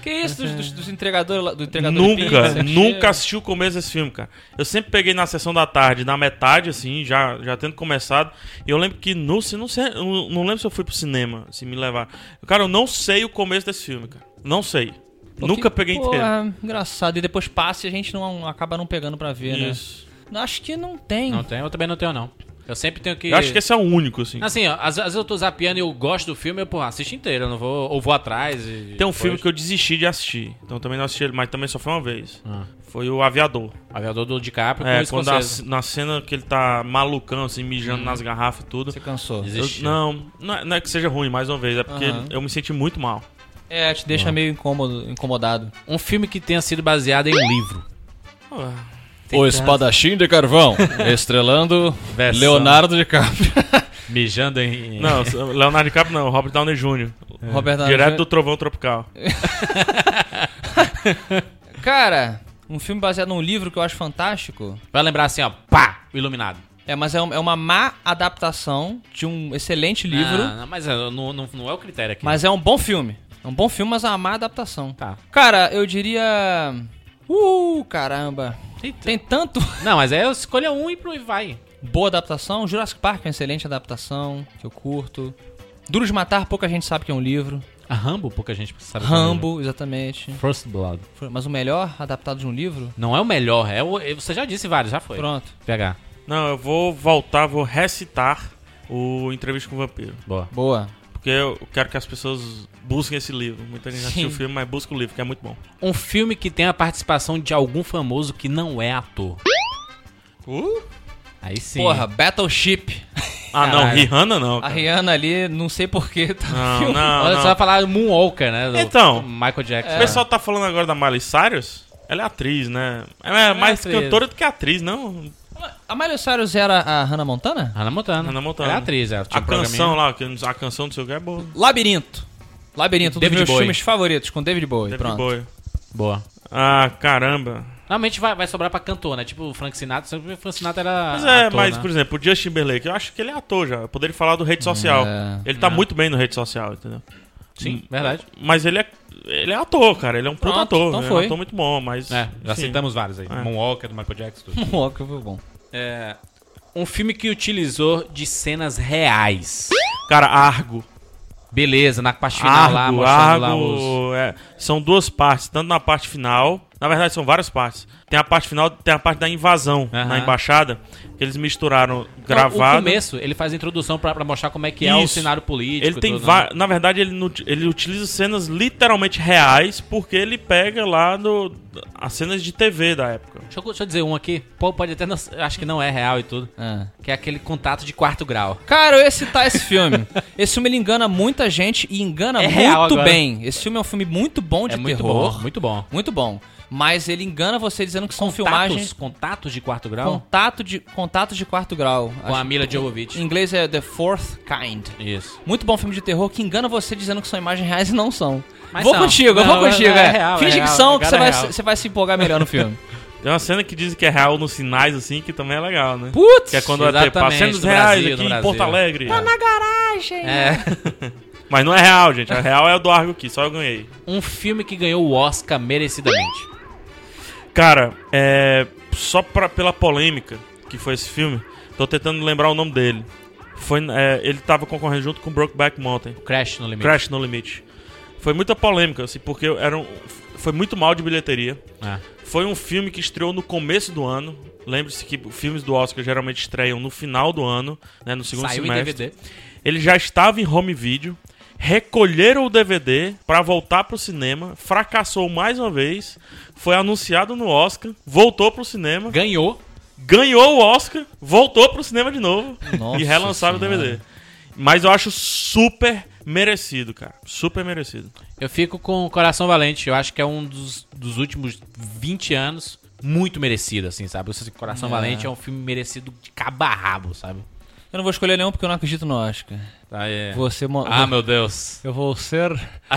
1.
Que isso dos, dos, dos entregadores lá- do entregador
É.
de
Nunca,
pizza, que
nunca
chega.
assisti o começo desse filme, cara. Eu sempre peguei na sessão da tarde, na metade, assim, já, já tendo começado. E eu lembro que, no, se não, sei, eu não lembro se eu fui pro cinema, se me levar. Cara, eu não sei o começo desse filme, cara. Não sei.
Pô,
nunca
que-
peguei
pô,
inteiro.
é engraçado. E depois passa e a gente não acaba não pegando pra ver,
Isso.
né? Acho que não tem.
Não tem? Eu também não tenho, não. Eu sempre tenho que...
Eu acho que esse é o único, assim.
Assim, ó. Às às vezes eu tô zapeando e eu gosto do filme, eu, pô, assisto inteiro. Eu não vou... Ou vou atrás e...
Tem um filme que eu desisti de assistir. Então também não assisti ele, mas também só foi uma vez.
Ah.
Foi o Aviador.
Aviador do DiCaprio
É,
com o
quando a-
Scorsese.
na cena que ele tá malucão, assim, mijando nas garrafas e tudo.
Hum. Você cansou.
Eu-
Desistiu.
não, não é, não é que seja ruim, mais uma vez, é porque
Aham.
eu me senti muito mal.
É, te deixa meio incômodo, incomodado.
Um filme que tenha sido baseado em um livro.
O Espadachim de Carvão, estrelando
Versão.
Leonardo DiCaprio.
Mijando em...
Não, Leonardo DiCaprio não, Robert Downey Jr.
É. Roberto
Direto do Trovão Tropical.
Cara, um filme baseado num livro que eu acho fantástico.
Vai lembrar assim, ó. Pá! O Iluminado.
É, mas é, um- é uma má adaptação de um excelente livro.
Ah, não, mas é, não, não, não é o critério aqui.
Mas é um bom filme. É um bom filme, mas é uma má adaptação.
Tá.
Cara, eu diria. Uh, caramba. Tem tanto.
Não, mas é eu escolha um e pro- e vai.
Boa adaptação. Jurassic Park é uma excelente adaptação, que eu curto. Duro de Matar, pouca gente sabe que é um livro.
A Rambo, pouca gente sabe. que é um livro.
Rambo, exatamente.
First Blood.
Mas o melhor adaptado de um livro?
Não é o melhor, é o, você já disse vários, já foi.
Pronto.
PH.
Não, eu vou voltar, vou recitar o Entrevista com o Vampiro.
Boa.
Boa.
Porque eu quero que as pessoas busquem esse livro. Muita gente já assistiu o
Sim.
filme, mas busca o livro, que é muito bom.
Um filme que tem a participação de algum famoso que não é ator.
Uh,
Aí sim.
Porra, Battleship.
Ah, não,
Caralho.
Rihanna não.
A
cara.
Rihanna ali, não sei porquê, tá no
Não,
Olha,
filme.
não,
você vai
não.
falar Moonwalker, né? do-
Então.
do Michael Jackson.
O pessoal tá falando agora da Miley Cyrus? Ela é atriz, né? Ela é mais
atriz.
cantora do que atriz, não?
A Miley Cyrus era a Hannah Montana?
Hannah Montana.
Hannah Montana.
Ela é atriz, ela tinha
a
um programinha.
canção lá, que a canção do seu que é boa.
Labirinto. Labirinto, um
David
dos meus
Bowie.
filmes favoritos, com David Bowie.
David
Pronto.
Bowie.
Boa.
Ah, caramba.
Normalmente vai, vai sobrar pra cantor, né? Tipo o Frank Sinatra. sempre O Frank Sinatra era
Mas é,
ator,
mas,
né?
por exemplo, o Justin Timberlake, eu acho que ele é ator já. Eu poderia falar do rede social.
É.
ele tá muito bem no rede social, entendeu?
Sim, verdade.
Mas ele é, ele é ator, cara. Ele é um puta
Pronto,
ator.
então
ele é
foi.
um ator muito bom, mas.
É, já
enfim.
citamos vários aí.
É.
Moonwalker, do Michael Jackson, tudo.
Pô, que foi bom.
É, um filme que utilizou de cenas reais.
Cara, Argo.
Beleza, na parte final lá,
Argo,
mostrando lá os... Então,
Argo. é, são duas partes, tanto na parte final. Na verdade, são várias partes. Tem a parte final, tem a parte da invasão
Aham.
na embaixada. Que eles misturaram
Não,
gravado.
O começo, ele faz a introdução pra, pra mostrar como é que é o
Isso.
cenário político.
Ele tem
tudo, né?
va- Na verdade, ele, nu- ele utiliza cenas literalmente reais, porque ele pega lá no... as cenas de TV da época.
Deixa eu, deixa eu dizer um aqui. Pô, pode até... Não, eu acho que não é real e tudo.
É.
Que é aquele contato de quarto grau.
Cara, eu ia citar esse filme. Esse filme ele engana muita gente e engana
É real
muito
agora.
bem. Esse filme é um filme muito bom de
é muito
terror.
bom, muito bom.
Muito bom. Mas ele engana você dizendo que são
Contatos,
filmagens
contatos de quarto grau
contato de contato de quarto grau.
com a Mila Jovovich.
Em inglês é The Fourth Kind.
Isso.
Muito bom filme de terror que engana você dizendo que são imagens reais e não são.
Mas
vou
são.
contigo, eu
Não,
vou contigo.
é
É,
real, é
Finge
real,
que
cara,
são, que você
é
vai,
real.
se- você vai se empolgar melhor no filme.
Tem uma cena que dizem que é real nos sinais, assim, que também é legal, né?
Putz!
que é quando vai ter
exatamente,
cenas
no
reais
Brasil,
aqui
no
em
Brasil.
Porto Alegre.
É.
Mas não é real, gente. A real é o do Argo aqui, só eu ganhei.
Um filme que ganhou o Oscar merecidamente.
Cara, é. Só pra- pela polêmica que foi esse filme, tô tentando lembrar o nome dele. Foi, é, ele tava concorrendo junto com Brokeback Mountain.
Crash no Limite.
Crash no Limite. Foi muita polêmica, assim, porque era um- foi muito mal de bilheteria.
É.
Foi um filme que estreou no começo do ano. Lembre-se que filmes do Oscar geralmente estreiam no final do ano, né, no segundo
Saiu
semestre.
em DVD.
Ele já estava em home video. Recolheram o DVD pra voltar pro cinema, fracassou mais uma vez, foi anunciado no Oscar, voltou pro cinema,
Ganhou.
ganhou o Oscar, voltou pro cinema de novo
Nossa
e relançaram o DVD. Mas eu acho super merecido, cara. Super merecido.
Eu fico com o Coração Valente. Eu acho que é um dos, dos últimos 20 anos muito merecido, assim, sabe? O Coração Valente é um filme merecido de cabo a rabo, sabe?
Eu não vou escolher nenhum porque eu não acredito no Oscar.
Tá, é.
Você mo-
Ah, meu Deus.
Eu vou ser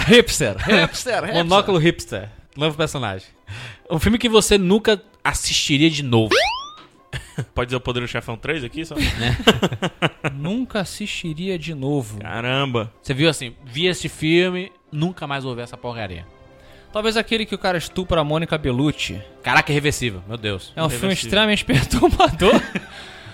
hipster. Hipster,
É,
hipster.
Monóculo hipster. Novo personagem. Um filme que você nunca assistiria de novo.
Pode dizer o Poder do Chefão 3 aqui só?
Nunca assistiria de novo.
Caramba.
Você viu assim, vi esse filme, nunca mais vou ver essa porcaria.
Talvez aquele que o cara estupra a Mônica Bellucci.
Caraca, irreversível, meu Deus.
É um filme
Irreversível.
extremamente perturbador,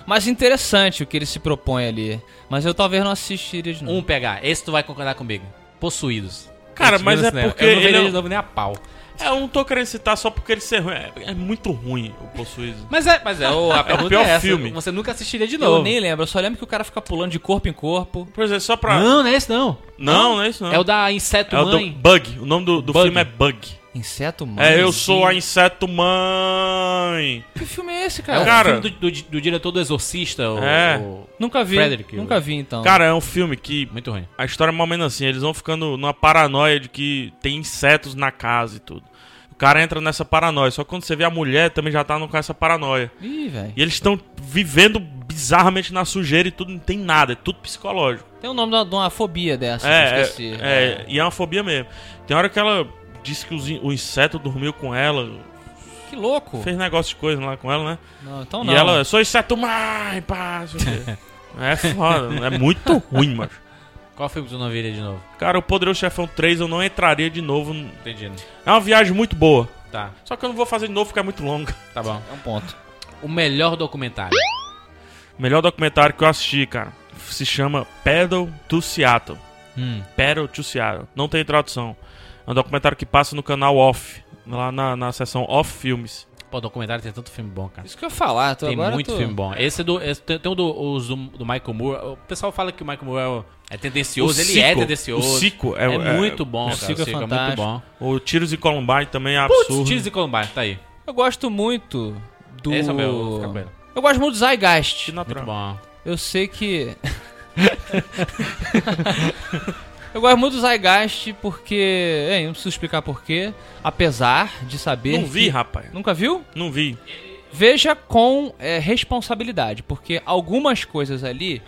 mas interessante o que ele se propõe ali. Mas eu talvez não assistiria de novo.
Um pegar, esse tu vai concordar comigo. Possuídos.
Cara,
Eu
mas
te vi
é
no cinema.
porque
Eu não
ele
veria
é um-
de novo nem a pau.
É, eu não tô querendo citar só porque ele ser ruim. É, é muito ruim o Possuído.
Mas é, mas é, o, a pergunta é,
pior
essa,
filme.
Você nunca assistiria de novo.
Eu nem lembro, eu só lembro que o cara fica pulando de corpo em corpo.
Pois é, só pra.
Não, não é esse não.
Não, não é isso não.
É o da Inseto
É o do
Mãe.
Bug. O nome do, do
Bug.
filme é Bug.
Inseto mãe.
É Eu Sou a Inseto Mãe.
Que filme é esse,
É
cara?
o
Cara.
filme do, do- do diretor do Exorcista. O,
É.
o-
Nunca vi.
Frederick,
Nunca vi, então.
Cara, é um filme que
Muito ruim.
A história é mais ou menos assim, eles vão ficando numa paranoia de que tem insetos na casa e tudo. O cara entra nessa paranoia, só que quando você vê a mulher também já tá no- com essa paranoia.
Ih, velho.
E eles estão vivendo bizarramente na sujeira e tudo, não tem nada, é tudo psicológico.
Tem o nome de uma, de uma fobia dessa, que eu
É,
esqueci.
é, é, e é uma fobia mesmo. Tem hora que ela disse que os in- o inseto dormiu com ela,
Que louco.
fez negócio de coisa lá com ela, né?
Não, então
e
não.
ela, sou inseto mais, pá, não sei o quê. É foda, é muito ruim, mano.
Qual filme tu não viria de novo?
Cara, o Poderoso Chefão 3 eu não entraria de novo.
Entendi. né?
É uma viagem muito boa.
Tá,
Só que eu não vou fazer de novo porque é muito longo.
tá bom.
É um ponto.
O melhor documentário.
Melhor documentário que eu assisti, cara, se chama Pedal to Seattle.
Hum.
Pedal to Seattle. Não tem tradução. É um documentário que passa no canal Off, lá na, na seção Off Filmes.
Pô, documentário tem tanto filme bom, cara.
Isso que eu ia falar. Tô
Tem
agora
muito
tô...
filme bom. Esse é do. esse- tem tem um do, os do, do Michael Moore. O pessoal fala que o Michael Moore é o- é, tendencioso.
O
ele é
Sico-
tendencioso.
o Sico
é,
é- é-
muito bom,
o
cara.
Sico é
muito
fantástico.
bom.
O Tiros e Columbine também é absurdo.
Putz, Tiros e Columbine, tá aí.
Eu gosto muito do...
Esse é o meu, eu vou ficar com ele.
Eu gosto é muito do Zeitgeist.
Muito bom.
Eu sei que. Eu gosto muito do Zygast porque. É, eu não preciso explicar porquê. Apesar de saber.
Não vi,
que-
rapaz.
Nunca viu?
Não vi.
Veja com é, responsabilidade, porque algumas coisas ali.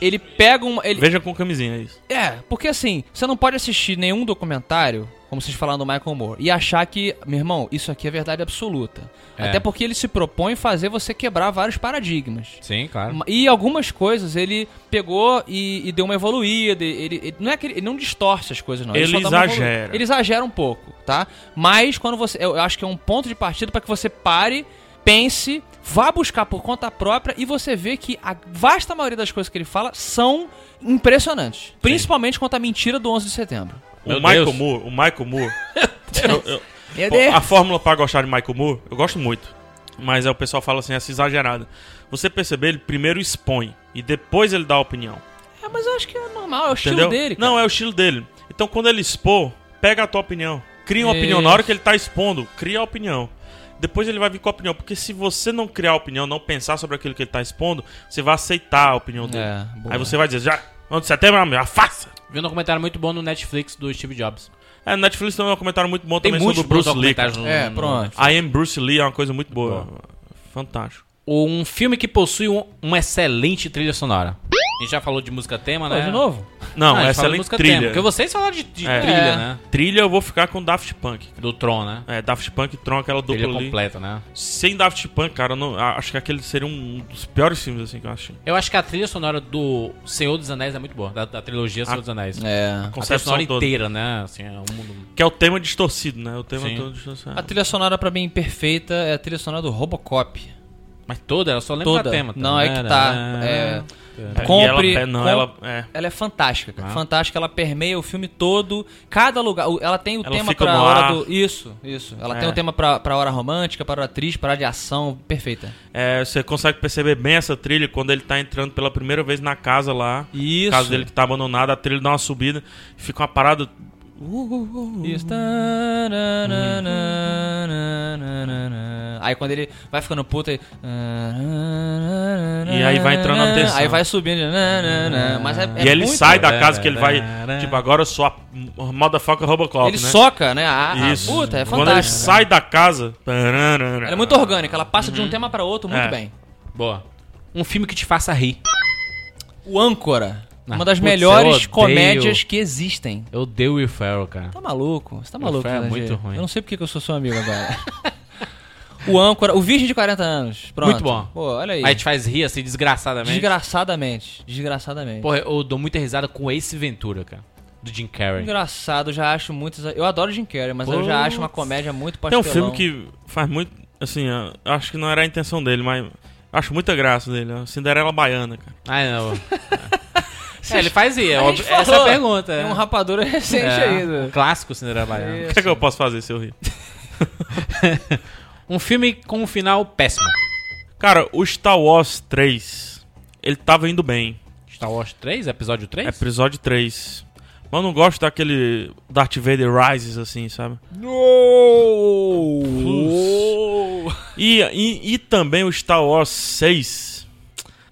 Ele pega um. Ele...
Veja com camisinha, é isso.
É, porque assim, você não pode assistir nenhum documentário, como vocês falaram do Michael Moore, e achar que, meu irmão, isso aqui é verdade absoluta.
É.
Até porque ele se propõe fazer você quebrar vários paradigmas.
Sim, claro.
E algumas coisas ele pegou e, e deu uma evoluída. Ele, ele- não é que ele, ele não distorce as coisas, não.
Ele
só dá uma
exagera.
evoluída. Ele exagera um pouco, tá? Mas quando você. Eu acho que é um ponto de partida pra que você pare, pense, vá buscar por conta própria e você vê que a vasta maioria das coisas que ele fala são impressionantes. Principalmente quanto à mentira do 11 de setembro.
O
Meu
Michael
Deus.
Moore, o Michael Moore. eu- eu-
Meu
Pô, a fórmula pra gostar de Michael Moore, eu gosto muito. Mas aí o pessoal fala assim, essa exagerada. Você perceber, ele primeiro expõe e depois ele dá a opinião.
É, mas eu acho que é normal, é o
Entendeu?
estilo dele. cara.
Não, é o estilo dele. Então quando ele expor, pega a tua opinião. Cria uma opinião. Na hora que ele tá expondo, cria a opinião. Depois ele vai vir com a opinião. Porque se você não criar a opinião, não pensar sobre aquilo que ele tá expondo, você vai aceitar a opinião dele.
É, boa.
Aí você vai dizer, já, 11 de setembro, meu, afasta!
Vi um documentário muito bom no Netflix do Steve Jobs.
É, Netflix tem um comentário muito bom
Tem
também
muitos
sobre o
bons
Bruce Lee. cara.
documentários no,
É,
no-
pronto.
I Am Bruce Lee é uma coisa muito boa. Fantástico.
Ou um filme que possui um- uma excelente trilha sonora. A gente já falou de música tema,
Pô,
né?
é.
de novo?
Não,
Ah, a gente
essa
falou
é
de
a
música
trilha.
tema. Porque vocês falaram de, de
É.
trilha,
É.
né?
Trilha eu vou ficar com Daft Punk.
Do Tron, né?
É, Daft Punk e Tron, aquela dupla
Trilha
ali.
completa, né?
Sem Daft Punk, cara, eu não, a- acho que aquele seria um dos piores filmes assim que eu achei.
Eu acho que a trilha sonora do Senhor dos Anéis é muito boa. Da, da trilogia Senhor dos Anéis.
É.
A trilha
Concepção
sonora
toda.
inteira, né? Assim, é um mundo...
Que é o tema distorcido, né? O tema
Sim.
todo distorcido.
A trilha sonora pra mim perfeita é a trilha sonora do Robocop.
Mas toda, eu só lembro
Toda.
da tema.
Não, é que tá. É,
É, e
compre-
ela- é, não,
com-
ela, é,
ela é fantástica, cara. Fantástica, ela permeia o filme todo. Cada lugar. o- Ela tem o
Ela
tema
fica
pra
no
hora
ar.
do. Isso, isso. Ela
É.
tem o tema pra, pra hora romântica, pra hora atriz, pra hora de ação. Perfeita.
é, você consegue perceber bem essa trilha quando ele tá entrando pela primeira vez na casa lá.
Isso.
Casa dele que tá abandonada, a trilha dá uma subida e fica uma parada. Uhum.
Isso. Tá, na, na, na, na, na, na, na. Aí quando ele vai ficando puto, ele...
E aí vai entrando na tensão.
Aí vai subindo. Mas é, é
e ele
muito- É.
sai da casa que ele vai. Tipo, agora eu sou a motherfucker Robocop.
Ele
né?
soca, né? A, a
Isso.
puta, é
Quando ele
fantástico.
sai da casa.
Ela é muito orgânica, ela passa
Uhum.
de um tema pra outro muito
É.
bem.
Boa. Um filme que te faça rir.
O Âncora.
Ah,
Uma das
putz, eu
melhores
odeio.
comédias que existem.
Eu odeio o Will Ferrell, cara.
Tá maluco? Você tá maluco,
Fé é
né,
muito
Gê?
ruim.
Eu não sei porque que eu sou seu amigo agora. o âncora, o virgem de 40 anos. Pronto.
Muito bom.
Pô, olha aí.
Aí te faz rir, assim, desgraçadamente.
Desgraçadamente. Desgraçadamente.
Porra, eu dou muita risada com Ace Ventura, cara. Do Jim Carrey.
Engraçado, eu já acho muito. exa- Eu adoro Jim Carrey, mas eu já
Putz.
acho uma comédia muito
É um
pastelão.
filme que faz muito. Assim, eu acho que não era a intenção dele, mas. eu Acho muita graça dele. ó. Cinderela Baiana, cara.
Ah, não. é, ele faz rir. É,
A
óbvio-
gente
essa é a
falou.
pergunta.
É
É
um né? rapadura recente
é,
ainda.
clássico Cinderela Baiana.
O que é que eu posso fazer se eu rir?
Um filme com um final péssimo.
Cara, o Star Wars 3. Ele tava indo bem.
Star Wars 3, episódio 3?
Episódio 3. Mas eu não gosto daquele Darth Vader Rises, assim, sabe? E, e, e também o Star Wars 6.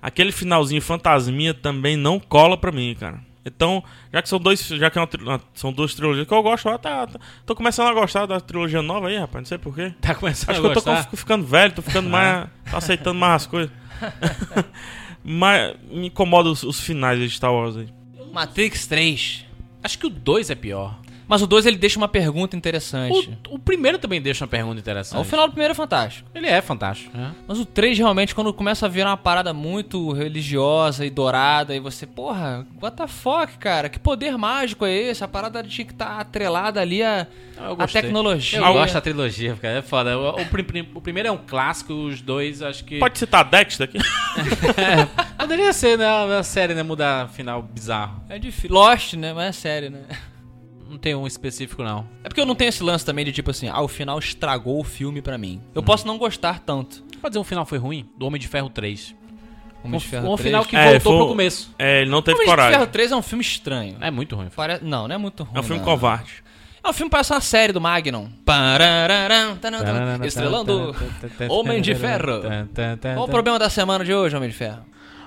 Aquele finalzinho fantasminha também não cola pra mim, cara. Então, já que são dois, já que é uma tri- uma- são duas trilogias que eu gosto, eu tá, tá- tô começando a gostar da trilogia nova aí, rapaz, não sei porquê.
Tá começando
Acho
a
que eu tô
gostar?
fico ficando velho, tô ficando mais. tô aceitando mais as coisas. Mas me incomoda os, os finais de Star Wars aí.
Matrix 3.
Acho que o 2 é pior.
Mas o 2 ele deixa uma pergunta interessante.
O, o primeiro também deixa uma pergunta interessante.
O final do primeiro é fantástico.
Ele é fantástico.
Mas o 3 realmente, quando começa a virar uma parada muito religiosa e dourada, e você, porra, what the fuck, cara? Que poder mágico é esse? A parada tinha que estar atrelada ali a,
Eu
a
gostei.
tecnologia.
Eu gosto da trilogia, cara. É foda. O, o prim- prim- o primeiro é um clássico, os dois acho que.
Pode citar Dexter aqui?
Poderia ser, né? Uma série, né? Mudar final bizarro.
É difícil. Lost, né? Mas é sério, né?
Não tem um específico, não.
É porque eu não tenho esse lance também de tipo assim, ah, o final estragou o filme pra mim. Eu posso não gostar tanto.
Pode dizer um final foi ruim? Do Homem de Ferro 3.
Homem de
um,
Ferro
um
3.
final que
É,
voltou
foi-
pro começo.
É, ele não teve
Homem de
coragem.
Ferro 3 é um filme estranho.
É muito ruim.
Pare- Não, não é muito ruim.
É um filme
não.
covarde.
É um filme parece uma série do Magnum. Parararam, tararam, Estrelando Homem de Ferro.
É, tá.
Qual o problema da semana de hoje, Homem de Ferro?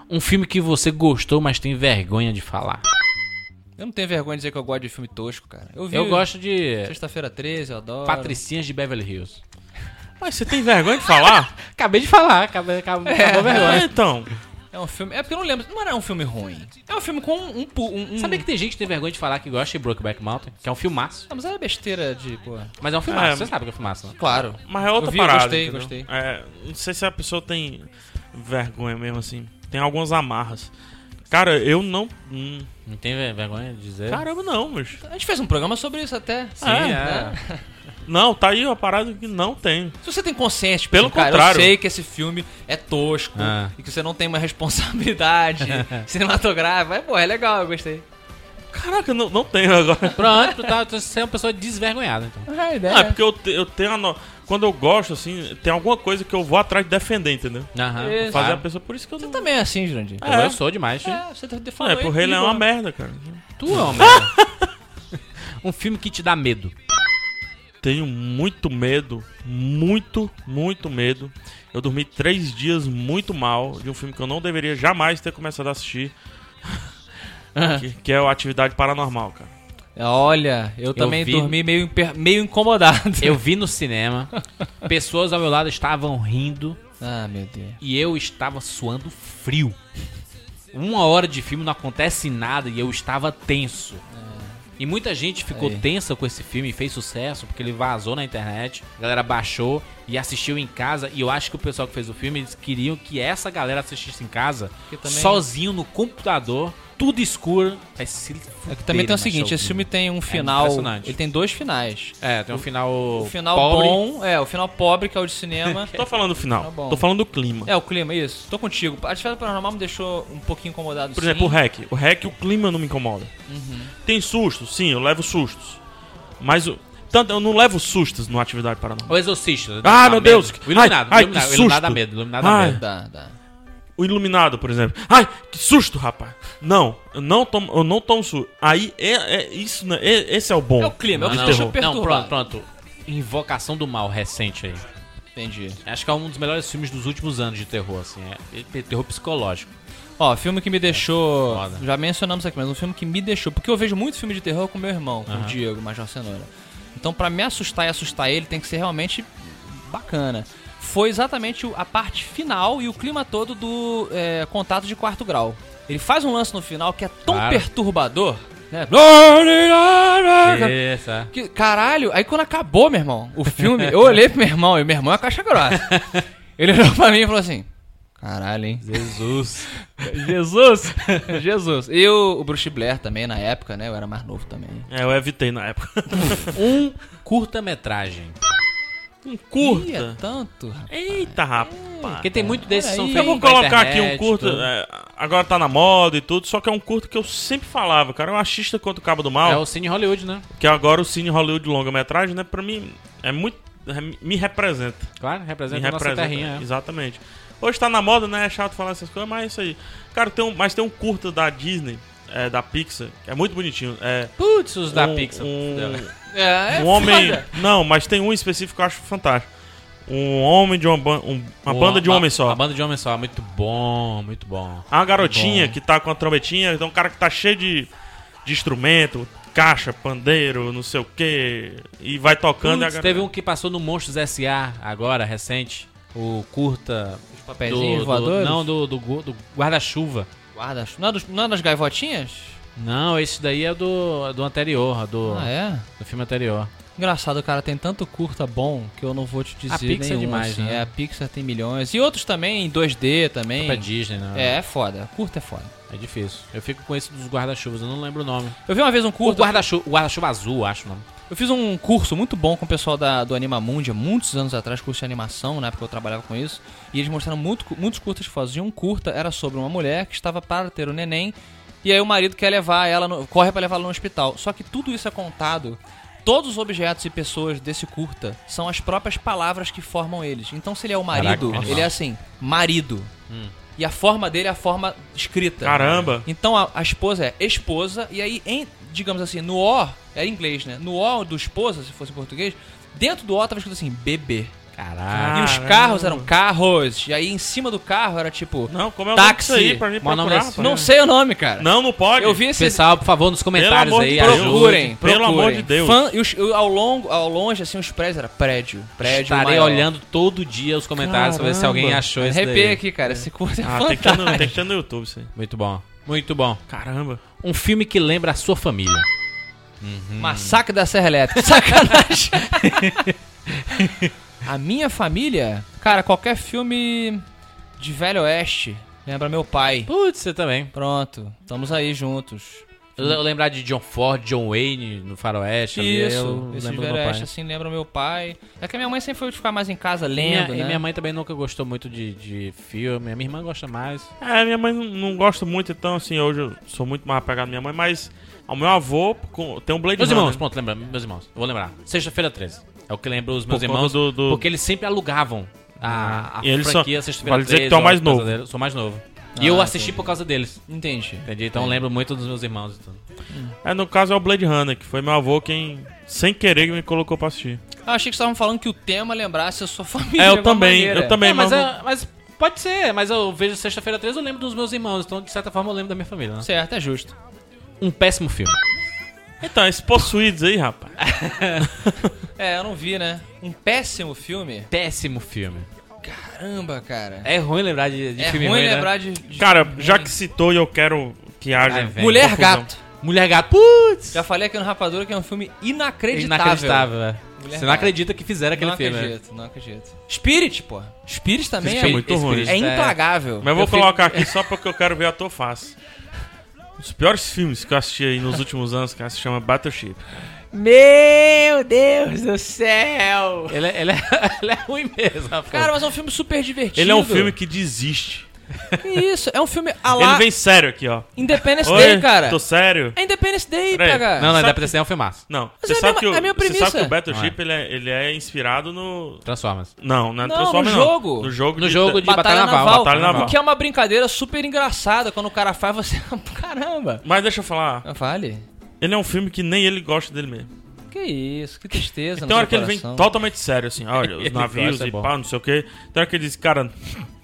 Um filme que você gostou, mas tem vergonha de falar.
Eu não tenho vergonha de dizer que eu gosto de filme tosco, cara. Eu vi
Eu gosto de
Sexta-feira 13, eu adoro.
Patricinhas de Beverly Hills.
Mas você tem vergonha de falar?
Acabei de falar, acabei, acabou, acabou a
é,
vergonha.
então.
É um filme. É porque eu não lembro. Não era um filme ruim. É um filme com um. pu- um, um...
Sabia que tem gente que tem vergonha de falar que gosta de Brokeback Mountain, que é um filmaço.
Ah, mas era besteira de. Pô.
Mas é um filmaço,
É.
você sabe que é um filmaço, né?
Claro.
Mas é outra
Eu vi,
parada.
gostei,
entendeu?
gostei.
É, não sei se a pessoa tem vergonha mesmo, assim. Tem algumas amarras. Cara, eu não. hum,
Não tem ver- vergonha de dizer?
caramba, não, mas.
A gente fez um programa sobre isso até. né?
Sim, é.
Não, tá aí uma parada que não tem.
Se você tem consciência, tipo,
Pelo
assim, cara,
contrário.
eu sei que esse filme é tosco
Ah.
e que você não tem uma responsabilidade cinematográfica. Mas, pô, é legal, eu gostei.
Caraca, não, não tem agora.
Pronto, tá, você é uma pessoa desvergonhada, então.
Ah, ideia.
Não, é porque eu, te- eu tenho a. No... Quando eu gosto, assim, tem alguma coisa que eu vou atrás de defender, entendeu?
Aham,
Isso.
Fazer a
claro.
pessoa. Por isso que eu
Você
não.
também é assim, Jurandir.
Pô,
É.
Eu sou demais.
É, você tá
Não,
falando.
é, pro Rei Leão é uma merda, cara.
Tu é uma merda. Um filme que te dá medo.
Tenho muito medo, muito, muito medo. Eu dormi três dias muito mal de um filme que eu não deveria jamais ter começado a assistir.
Ah.
que, que é o Atividade Paranormal, cara.
Olha, eu, também
vi.
dormi meio, imper- meio incomodado.
Eu vi no cinema, pessoas ao meu lado estavam rindo
Ah, meu Deus.
e eu estava suando frio. Uma hora de filme não acontece nada e eu estava tenso. E muita gente ficou
Aí.
tensa com esse filme e fez sucesso porque ele vazou na internet, a galera baixou e assistiu em casa. E eu acho que o pessoal que fez o filme eles queriam que essa galera assistisse em casa,
Porque também-
sozinho no computador, tudo escuro. É, se
É que também
fuderem,
tem o
mas
seguinte,
é
esse filme tem um final.
impressionante.
ele tem dois finais.
É, tem um final.
O final
pobre.
bom, é, o final pobre, que é o de cinema.
Tô falando do final.
bom.
Tô falando do clima.
é, o clima, isso. Tô contigo. A atividade paranormal me deixou um pouquinho incomodado.
Por
sim. Uhum.
exemplo, o hack. O hack, o clima não me incomoda. Tem sustos? Sim, eu levo sustos. Mas o... Tanto, eu não levo sustos no Atividade Paranormal.
O Exorcista.
Ah,
né? dá
meu
medo.
Deus, que-
O Iluminado.
ai,
o iluminado,
ai,
o
que
iluminado dá
susto.
medo. o Iluminado dá
Ai.
medo.
Dá, dá.
O Iluminado, por exemplo. Ai, que susto, rapaz. Não, eu não tomo, eu não tomo susto. Aí, é, é isso, né? É- esse é o bom.
É o clima, é o
de
Ah,
que
não,
deixa
terror.
não,
perturbado.
pronto, pronto. Invocação do Mal recente aí.
Entendi.
Acho que é um dos melhores filmes dos últimos anos de terror, assim. É, é terror psicológico.
Ó, filme que me deixou.
É, Foda.
Já mencionamos aqui, mas um filme que me deixou. Porque eu vejo muito filme de terror com meu irmão, com
Aham.
o Diego, Major Cenoura. Então, pra me assustar e assustar ele, tem que ser realmente bacana. Foi exatamente o- a parte final e o clima todo do é, Contato de Quarto Grau. Ele faz um lance no final que é tão
Claro.
perturbador, né?
Uhum.
Essa.
Que- caralho, aí quando acabou, meu irmão, o filme, eu olhei pro meu irmão, e meu irmão é caixa grossa. Ele olhou pra mim e falou assim: Caralho, hein?
Jesus.
Jesus! Jesus! E o, o Bruce Blair também, na época, né? Eu era mais novo também.
É, eu evitei na época.
Um curta-metragem.
Um
Ih, é
curta.
tanto. rapaz.
Eita, rapaz.
Porque tem muito desses é, que são
Peraí.
feitos
Eu vou
pra
colocar aqui
internet,
um curto.
tudo.
é, agora tá na moda e tudo, só que é um curto que eu sempre falava, cara. É um achista contra o Cabo do Mal.
É o Cine Hollywood, né?
Que é agora o Cine Hollywood longa-metragem, né? Pra mim, é muito. é, me representa.
Claro,
Me
representa, a nossa
representa.
terrinha. é.
Exatamente. Hoje tá na moda, né? É chato falar essas coisas, mas é isso aí. Cara, tem um, mas tem um curto da Disney, é, da Pixar, que é muito bonitinho. É.
Putz, os da
um-
Pixar.
Um,
É, é
um homem.
foda.
Não, mas tem um específico que eu acho fantástico. Um homem de uma, ban- um- uma
Boa,
banda de um homem só.
Uma banda de homem só. Muito bom, muito bom.
Há uma garotinha
Bom.
que tá com a trombetinha, então um cara que tá cheio de, de instrumento, caixa, pandeiro, não sei o que, e vai tocando. e a
Putz,
gar-
teve um que passou no Monstros S.A. agora, recente. O curta
Os
do,
papeizinhos
do
voadores?
não do, do, gu- do guarda-chuva.
Guarda, não, é dos- não é das gaivotinhas?
Não, esse daí é do do anterior, do
Ah, é?
do filme anterior.
Engraçado, cara, tem tanto curta bom que eu não vou te dizer
A Pixar é
nenhum,
demais,
assim.
né?
É, a Pixar tem milhões. E outros também, em 2D
Pra
também.
Disney, né?
É, é foda. Curta é foda.
É difícil. Eu fico com esse dos guarda-chuvas, eu não lembro o nome.
Eu vi uma vez um
O
curta.
guarda-chuva, guarda-chuva azul, acho, não.
Eu fiz um curso muito bom com o pessoal da, do Animamundi há muitos anos atrás, curso de animação, né? Porque eu trabalhava com isso. E eles mostraram muito, cu- muitos curtas de fotos. E um curta era sobre uma mulher que estava para ter um neném. E aí o marido quer levar ela, no- corre para levá-la no hospital. Só que tudo isso é contado. Todos os objetos e pessoas desse curta são as próprias palavras que formam eles. Então se ele é o marido,
Caraca,
ele é assim, marido. E a forma dele é a forma escrita.
Caramba!
Então a, a esposa é esposa, e aí, em, digamos assim, no O, é em inglês, né? No O do esposa, se fosse em português, dentro do O tava escrito assim, bebê.
Caralho.
e os
Caramba.
carros eram carros, e aí em cima do carro era tipo.
Não, como é o
Táxi.
nome disso aí pra mim
Mas o um nome é
procurar?
desse-
rapaz?
Não sei o nome, cara.
Não, não pode.
Eu vi esse.
Pessoal, por favor, nos comentários
amor
aí,
de Deus.
ajuda.
Procurem, procurem.
Pelo amor de Deus.
Fã- e os- e ao, longo, ao longe, assim, os prédios era prédio. Prédio.
Estarei
maior.
olhando todo dia os comentários pra ver se alguém achou esse
Arrepiei
daí.
aqui, cara. Esse curso é
Ah, tem que, ter
fantástico.
no, tem que ter no YouTube isso aí.
Muito bom. Muito bom.
Caramba.
Um filme que lembra a sua família.
Massacre da Serra Elétrica. Sacanagem. a minha família, cara, qualquer filme de Velho Oeste lembra meu pai.
Putz, você também.
Pronto, estamos aí juntos.
Eu eu lembrar de John Ford, John Wayne no Faroeste. ali,
Isso,
eu
esse
lembro do
Velho
meu
Oeste
pai.
assim lembra meu pai. É que a minha mãe sempre foi de ficar mais em casa
Minha-
lendo,
E
né?
minha mãe também nunca gostou muito de, de filme. A minha irmã gosta mais.
É, minha mãe não, não gosta muito, então assim, hoje eu sou muito mais apegado à minha mãe, mas ao meu avô com- tem um Blade
Meus
Runner.
irmãos, pronto, lembra. Meus irmãos. Eu vou lembrar. Sexta-feira 13. É o que lembro os meus
Por conta
irmãos.
do- do-
Porque eles sempre alugavam a, a
E eles só-
franquia sexta-feira
vale dizer que
13,
tu é o
ou
mais
Casa
novo.
Dele- Sou mais novo. e eu assisti por causa deles.
Entendi.
Entendi? Então eu lembro muito dos meus irmãos. e tudo.
É, no caso é o Blade Runner, que foi meu avô quem, sem querer, me colocou pra assistir.
Ah, achei que estavam falando que o tema lembrasse a sua família.
É,
de
eu
alguma
também,
maneira.
eu também,
É, mas,
mas
é- mas pode ser. Mas eu vejo sexta-feira 13 eu lembro dos meus irmãos. Então, de certa forma, eu lembro da minha família. né?
Certo, é justo.
Um péssimo filme.
Então, esses possuídos aí, rapaz.
É, eu não vi, né? Um péssimo filme.
Péssimo filme.
Caramba, cara.
É ruim lembrar de, de
é
filme
ruim
ruim, né?
lembrar de, de-
Cara, já que citou e eu quero que haja.
Ai, velho.
Mulher
confusão.
Gato.
Mulher Gato. Putz!
Já falei aqui no Rapadura que é um filme inacreditável.
Inacreditável. é.
Mulher
Você não
Gato.
acredita que fizeram aquele
Não
filme. né?
acredito, não acredito. Spirit, pô. Spirit também
Spirit
é,
é muito ruim.
É intragável.
Mas eu vou
fiz-
colocar aqui só porque eu quero ver a tua face. Um dos piores filmes que eu assisti aí nos últimos anos, cara, se chama Battleship.
Meu Deus do céu! Ele, é- ele, é, ele é ruim mesmo, rapaz.
Cara, mas é um filme super divertido.
Ele é um filme que desiste.
Que isso? É um filme a
Ele
lá
vem sério aqui, ó.
Independence
Oi,
Day, cara.
Tô sério?
É Independence Day,
Peraí.
cara.
não, não,
sabe
dá pra ser um filmaço.
Não.
Mas
Você
é a
sabe
mesma-
que o-
é a minha
você sabe
premissa.
que o Battleship ele, é, ele é inspirado no.
Transformers.
Não, não é
Não,
Transformers,
no jogo.
No jogo
No
de-
jogo de Batalha
Batalha,
Naval.
Naval.
Batalha Naval.
O que é uma brincadeira super engraçada. Quando o cara faz, você... é um Caramba.
Mas deixa eu falar.
Vale.
Ele é um filme que nem ele gosta dele mesmo.
Que isso, que tristeza.
Tem
no
hora que
seu
ele vem
coração.
totalmente sério, assim, olha, os
Ele
navios
gosta, é
e
bom.
pá, não sei o quê. Tem hora que ele diz, cara,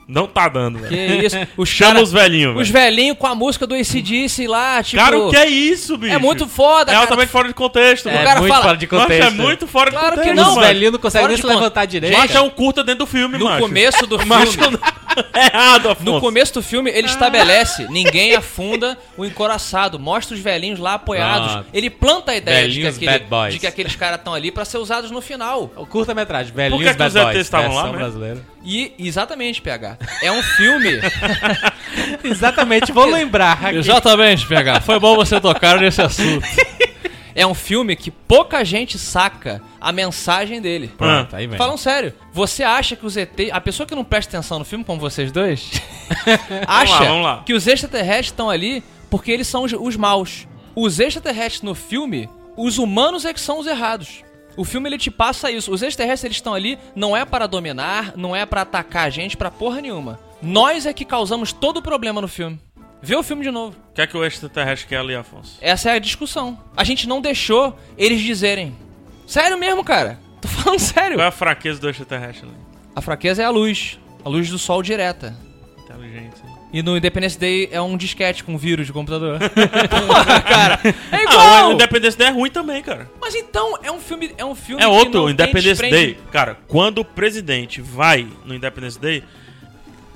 não tá dando, velho.
Que isso, os
Chama
cara-
os velhinhos,
Os
velho.
velhinhos com a música do ACDC lá, tipo.
Cara, o que é isso, bicho?
É muito foda,
É
cara.
altamente fora de contexto,
É,
mano.
o cara
muito
fala,
fora de
Macho,
contexto.
é muito fora de
Claro que
contexto.
não,
Os
mano.
velhinhos não conseguem
Fora
nem
de
se levantar
conta.
direito.
Macho é um curta dentro do filme,
No
macho.
começo do
Macho
filme.
É errado, Afonso.
No começo do filme, ele estabelece: ninguém afunda o encoraçado. Mostra os velhinhos lá apoiados.
Pronto.
Ele planta a ideia de que,
Ah, Velhinhos
aquele-
bad boys. É
de que aqueles caras estão ali pra ser usados no final.
O curta-metragem,
Por que
Velhinhos
que os
Bad
ETs
Boys, É
estavam lá,
versão
né?
brasileira.
E, exatamente, PH. É um filme.
Exatamente, vou lembrar. aqui.
Exatamente, PH. Foi bom você tocar nesse assunto.
é um filme que pouca gente saca a mensagem dele.
Ah.
Pronto, aí vem.
Falam sério, você acha que os ET. A pessoa que não presta atenção no filme, como vocês dois, acha
Vamos lá, vamos lá.
que os extraterrestres estão ali porque eles são os, os maus. Os extraterrestres no filme, os humanos é que são os errados. O filme ele te passa isso. Os extraterrestres eles estão ali não é para dominar, não é para atacar a gente pra porra nenhuma. Nós é que causamos todo o problema no filme. Vê o filme de novo.
O que é que o extraterrestre quer ali, Afonso?
Essa é a discussão. A gente não deixou eles dizerem. Sério mesmo, cara? Tô falando sério.
Qual é a fraqueza do extraterrestre ali?
A fraqueza é a luz. A luz do sol direta.
Inteligente. assim. hein?
E no Independence Day é um disquete com vírus de computador. Porra, cara. É igual.
Ah, o Independence Day é ruim também, cara.
Mas então, é um filme. É um filme.
É
que
outro,
não
o
tem
Independence
desprende-
Day. Cara, quando o presidente vai no Independence Day,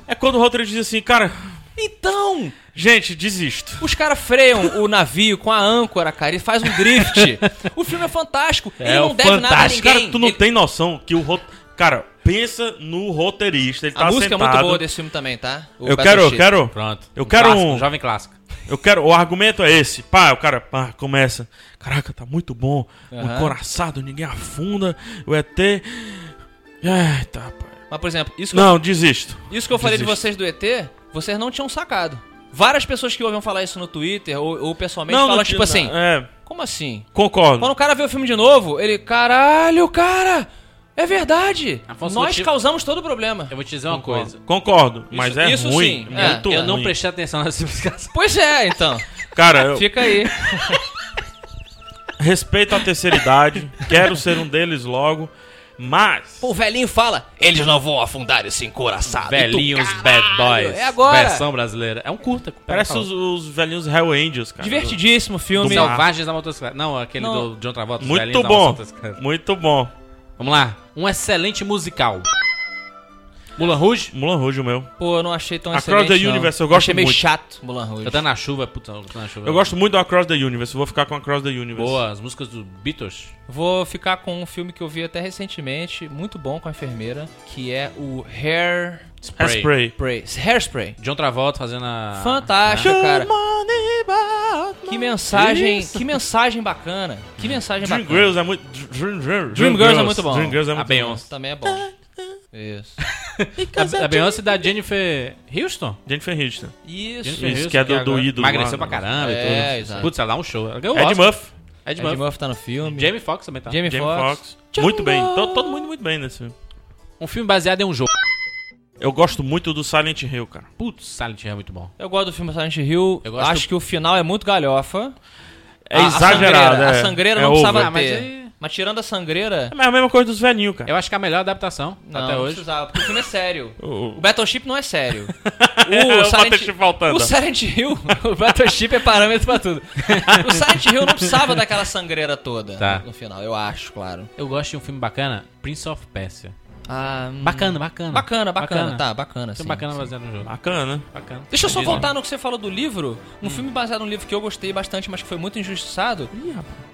é quando o roteiro diz assim, cara,
Então,
gente, desisto.
os caras freiam o navio com a âncora, cara, e faz um drift. o filme é fantástico. ele não deve nada a ninguém.
Cara, tu não
Ele-
tem noção que o roteiro... Cara, pensa no roteirista, ele
A
tá
música é
sentado...
muito boa desse filme também, tá? O
Eu quero, eu
Battleship.
quero...
Pronto.
Eu quero
clássico,
um-
jovem clássico.
Eu quero, o argumento é esse. Pá, o cara, pá, começa. Caraca, tá muito bom. Um encoraçado, ninguém afunda. O ET. Eita, pai.
Mas, por exemplo, isso que eu
Não, desisto.
Isso que eu falei de
Desisto.
vocês do ET, vocês não tinham sacado. Várias pessoas que ouvem falar isso no Twitter ou, ou pessoalmente falam tipo
tinha-
assim:
É,
Como assim?
concordo.
Quando o cara vê o filme de novo, ele, caralho, cara, é verdade.
Afonso,
Nós
vou te-
causamos todo o problema.
Eu vou te dizer uma coisa.
Concordo, mas é
isso
ruim.
sim.
é
É,
muito
eu não
ruim.
prestei atenção nessa explicação.
Pois é, então.
Cara, eu
Fica aí.
respeito a terceira idade. quero ser um deles logo. Mas.
O velhinho fala: Eles não vão afundar esse encoraçado.
Velhinhos Bad Boys.
é agora.
Versão brasileira. É um curta.
Parece
pega
os, os velhinhos Hell Angels, cara.
Divertidíssimo
Os
filme.
Selvagens da motocicleta. Não, aquele
Tá. Não.
do John Travolta. os
Muito
velhinhos da
bom.
motocicleta.
Muito bom.
Vamos lá. Um excelente musical. Mulan Rouge.
Mulan Rouge, o meu.
Pô, eu não achei tão
Across
excelente.
the
não.
Universe, eu gosto
Achei meio
muito.
chato, Mulan Rouge.
Cantando na chuva. Puta, eu tô na chuva.
Eu gosto muito do Across the Universe. eu Vou ficar com Across the Universe.
Boa. As músicas do Beatles.
Vou ficar com um filme que eu vi até recentemente, muito bom com a enfermeira, que é o Hair
Spray.
Hairspray.
Spray. Hairspray.
John Travolta fazendo
Ah.
a...
Fantástico, cara.
Money
Que mensagem, que mensagem bacana. Que mensagem
Dream
bacana.
Girls é muito. Dream, Dream,
Dream Girls é muito bom.
Dream Girls é
A
muito bom.
Beyoncé.
Também é bom. Isso.
A, a Beyoncé da Jennifer É, Houston.
Jennifer Aniston.
Isso.
Jennifer
Isso, que é do- do
agora
ídolo
Emagreceu pra
lá, né?
caramba
É,
e tudo.
exato.
Putz, ela dá um show. Ela ganhou o
Ed
Oscar.
Muff.
Ed
Ed
Murphy.
Murphy tá no filme.
Jamie Foxx também tá.
Jamie
Jamie
Foxx.
Fox. Muito bem. Todo, todo mundo muito bem nesse filme.
Um filme baseado em um jogo.
Eu gosto muito do Silent Hill, cara.
Putz, Silent Hill é muito bom.
Eu gosto do filme Silent Hill.
Eu gosto
Acho
do-
que o final é muito galhofa.
É
A- a
exagerado,
sangreira-
é.
A sangreira
É
não
over.
precisava
Ah, mas
ter.
aí-
Mas tirando a sangreira,
É a mesma coisa dos velhinhos, cara.
Eu acho que é a melhor adaptação
não,
até
não
hoje.
precisava, porque o filme é sério.
O-
O Battleship não é sério.
É, o
Silent-
Battleship faltando.
O Silent Hill, o Battleship é parâmetro pra tudo. O Silent Hill não precisava daquela sangreira toda
Tá.
no final, eu acho, claro.
Eu gosto de um filme bacana, Prince of Persia.
Ah, hum,
Bacana, bacana.
Bacana, bacana, tá, bacana,
Filme
sim.
bacana
sim.
baseado no jogo.
Bacana.
Bacana.
Deixa eu só
Disney.
voltar no que você falou do livro.
Hum.
Um filme baseado num livro que eu gostei bastante, mas que foi muito injustiçado.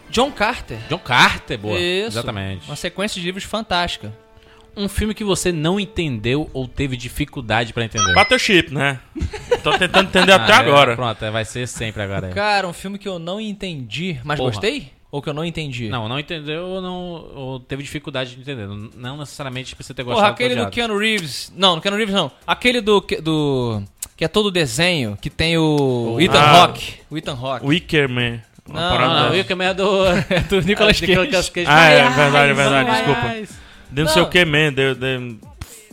John Carter.
John Carter, boa.
Isso.
Exatamente.
Uma sequência de livros fantástica.
Um filme que você não entendeu ou teve dificuldade pra entender.
Battleship, né? Tô tentando entender
Ah,
até
é,
agora.
Pronto, é, vai ser sempre agora. é. aí.
Cara, um filme que eu não entendi, mas
Porra.
gostei? Ou que eu não entendi?
Não, não entendeu ou, não, ou teve dificuldade de entender. Não, não necessariamente precisa ter gostado
Porra,
ou
aquele do
odiado.
Keanu Reeves. Não, do Keanu Reeves não. Aquele do. que- do que é todo desenho, que tem o. Ethan
Ah.
Hawke. O Ethan Ah, Hawke.
Wicker Man. Uma
Não,
parada
Não, não,
dessa.
o Wickham é do... é do Nicolas Cage.
Ah, é.
Ah, é.
Ah, é verdade, é verdade, desculpa. De não sei
Não.
o que, man. De, de...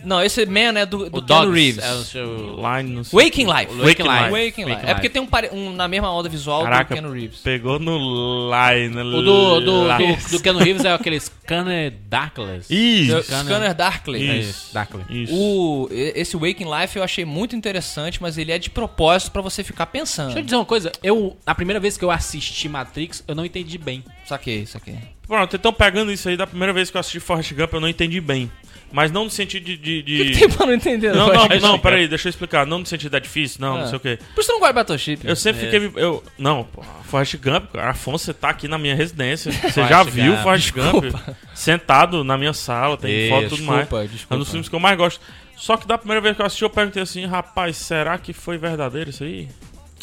Não, esse Man é do, do
O
Keanu
Dogs
Reeves.
é o seu...
Line, não sei.
Waking Life.
Waking Life.
Waking Life.
Waking
É porque tem um, pare- um na mesma onda visual
Caraca,
do Keanu Reeves.
pegou no Line.
O do, do,
lá.
do, do Keanu Reeves é aquele Scanner Darkless.
Isso.
Scanner-
Scanner Darkly.
É
Isso.
isso, Darkley.
Isso.
O, e- esse Waking Life eu achei muito interessante, mas ele é de propósito pra você ficar pensando.
Deixa eu dizer uma coisa, eu, a primeira vez que eu assisti Matrix, eu não entendi bem.
Saquei, saquei.
Pronto, então pegando isso aí, da primeira vez que eu assisti Forrest Gump, eu não entendi bem. Mas não no sentido de. de- de-
Tem pra não entender. né?
Não, não,
Roger?
não, peraí, deixa eu explicar. Não no sentido da difícil, não,
Ah.
não sei o quê.
Por isso você não gosta de Battleship.
Eu sempre fiquei. me- Eu, não, pô, Forrest Gump, cara, Afonso, você tá aqui na minha residência. Você já
Forrest
viu
Gump.
Forrest Gump sentado na minha sala, tem
Isso,
foto e tudo mais.
desculpa,
É um
desculpa.
dos filmes que eu mais gosto. Só que da primeira vez que eu assisti, eu perguntei assim, rapaz, será que foi verdadeiro isso aí?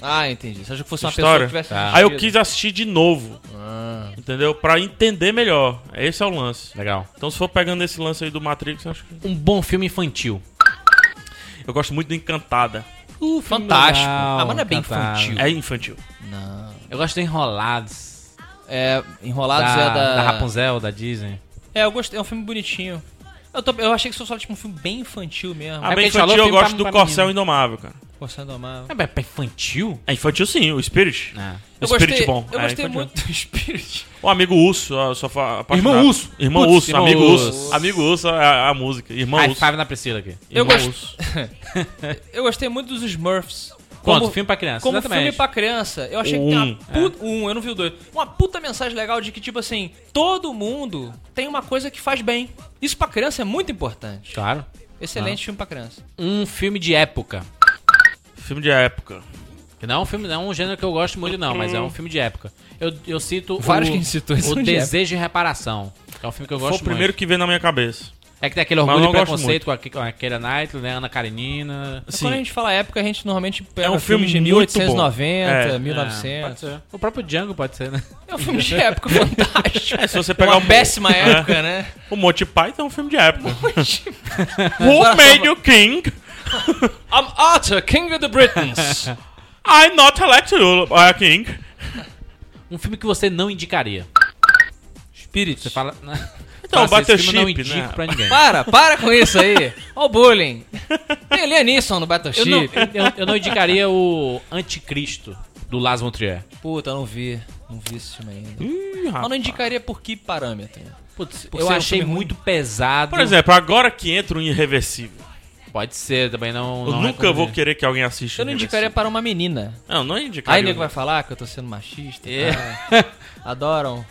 Ah, entendi. Você achou que fosse uma
História. Ah.
pessoa que tivesse.
Tá.
Aí eu
assistido?
quis assistir de novo.
Ah.
Entendeu? Pra entender melhor. Esse é o lance.
Legal.
Então, se for pegando esse lance aí do Matrix, eu acho que.
Um bom filme infantil.
Eu gosto muito do Encantada.
Uh,
Fantástico. Ah, mas não é bem infantil.
É infantil.
Não.
Eu gosto de Enrolados.
É, Enrolados é da.
da Rapunzel, da Disney.
É, eu gostei. É um filme bonitinho. Eu, tô- eu achei que isso fosse só tipo um filme bem infantil mesmo.
porque
Ah,
é a
bem
gente falou
infantil, eu
filme
gosto
pra-
do
pra
Corcel
menino.
Indomável, cara.
Forçando a amar.
É, mas é infantil?
É infantil sim, o Spirit.
Ah.
O
Eu
Spirit
Um gostei,
bom.
eu
É,
gostei
infantil.
muito do Spirit.
O amigo Urso, eu sou fa- apaixonado.
Irmão Urso.
Irmão
Putz,
Urso,
Irmão
amigo Urso.
Urso.
Amigo Urso é a, a música. Irmão
High
Urso.
five na Priscila aqui.
Eu
Irmão
gosto-
Urso.
Eu gostei muito dos Smurfs.
Quanto?
Como-
filme pra criança.
Como
Exatamente.
filme pra criança, eu achei
O
que tem
um,
uma puta. Um, eu não vi o dois. Uma puta mensagem legal de que, tipo assim, todo mundo tem uma coisa que faz bem. Isso pra criança é muito importante.
Claro.
Ah.
Excelente filme pra criança.
Um filme de época.
Filme de época.
Que Não é um filme, não é um gênero que eu gosto muito, não, mas é um filme de época. Eu, eu cito
Vários
o,
que a gente citou
o
são de
Desejo de Reparação. que é um filme que eu gosto
Foi o primeiro
muito.
que veio na minha cabeça.
É que tem aquele
Mas
orgulho
eu
e
não gosto
preconceito com a- com a Keira Knightley, né? Ana Karenina.
Mas
Sim.
É Quando a gente fala época, a gente normalmente pega
É um filme
filmes de
muito
1890,
bom. É.
É, pode
1900.
ser. O próprio Django pode ser, né?
É, um filme de época fantástico.
É, se você pegar
Uma
o Mo-
péssima
É.
época, né?
O Monty Python é um filme de época. Who made you king?
I'm Arthur, King of the Britons.
I not elected you a king.
Um filme que você não indicaria.
Spirit.
Você fala.
Então,
Nossa, esse filme eu não
Battleship,
indico
né?
pra ninguém.
Para, para com isso aí. Olha o bullying. Tem Liam Neeson no
Eu não,
Battleship.
eu, eu não indicaria o Anticristo do Lars von Trier.
Puta, não vi. Não vi esse filme ainda.
Ih,
Eu
rapaz.
não indicaria por que parâmetro.
Putz,
Por
eu
ser um
achei
filme ruim.
muito pesado.
Por exemplo, agora que entra o Irreversível.
Pode ser, também não.
Eu
não
nunca vou
recomendo.
querer que alguém assista.
Eu não indicaria
Irreversível.
para uma menina.
Não, não
Aí
indicaria.
nego vai falar que eu tô sendo machista.
É.
tá? Adoram.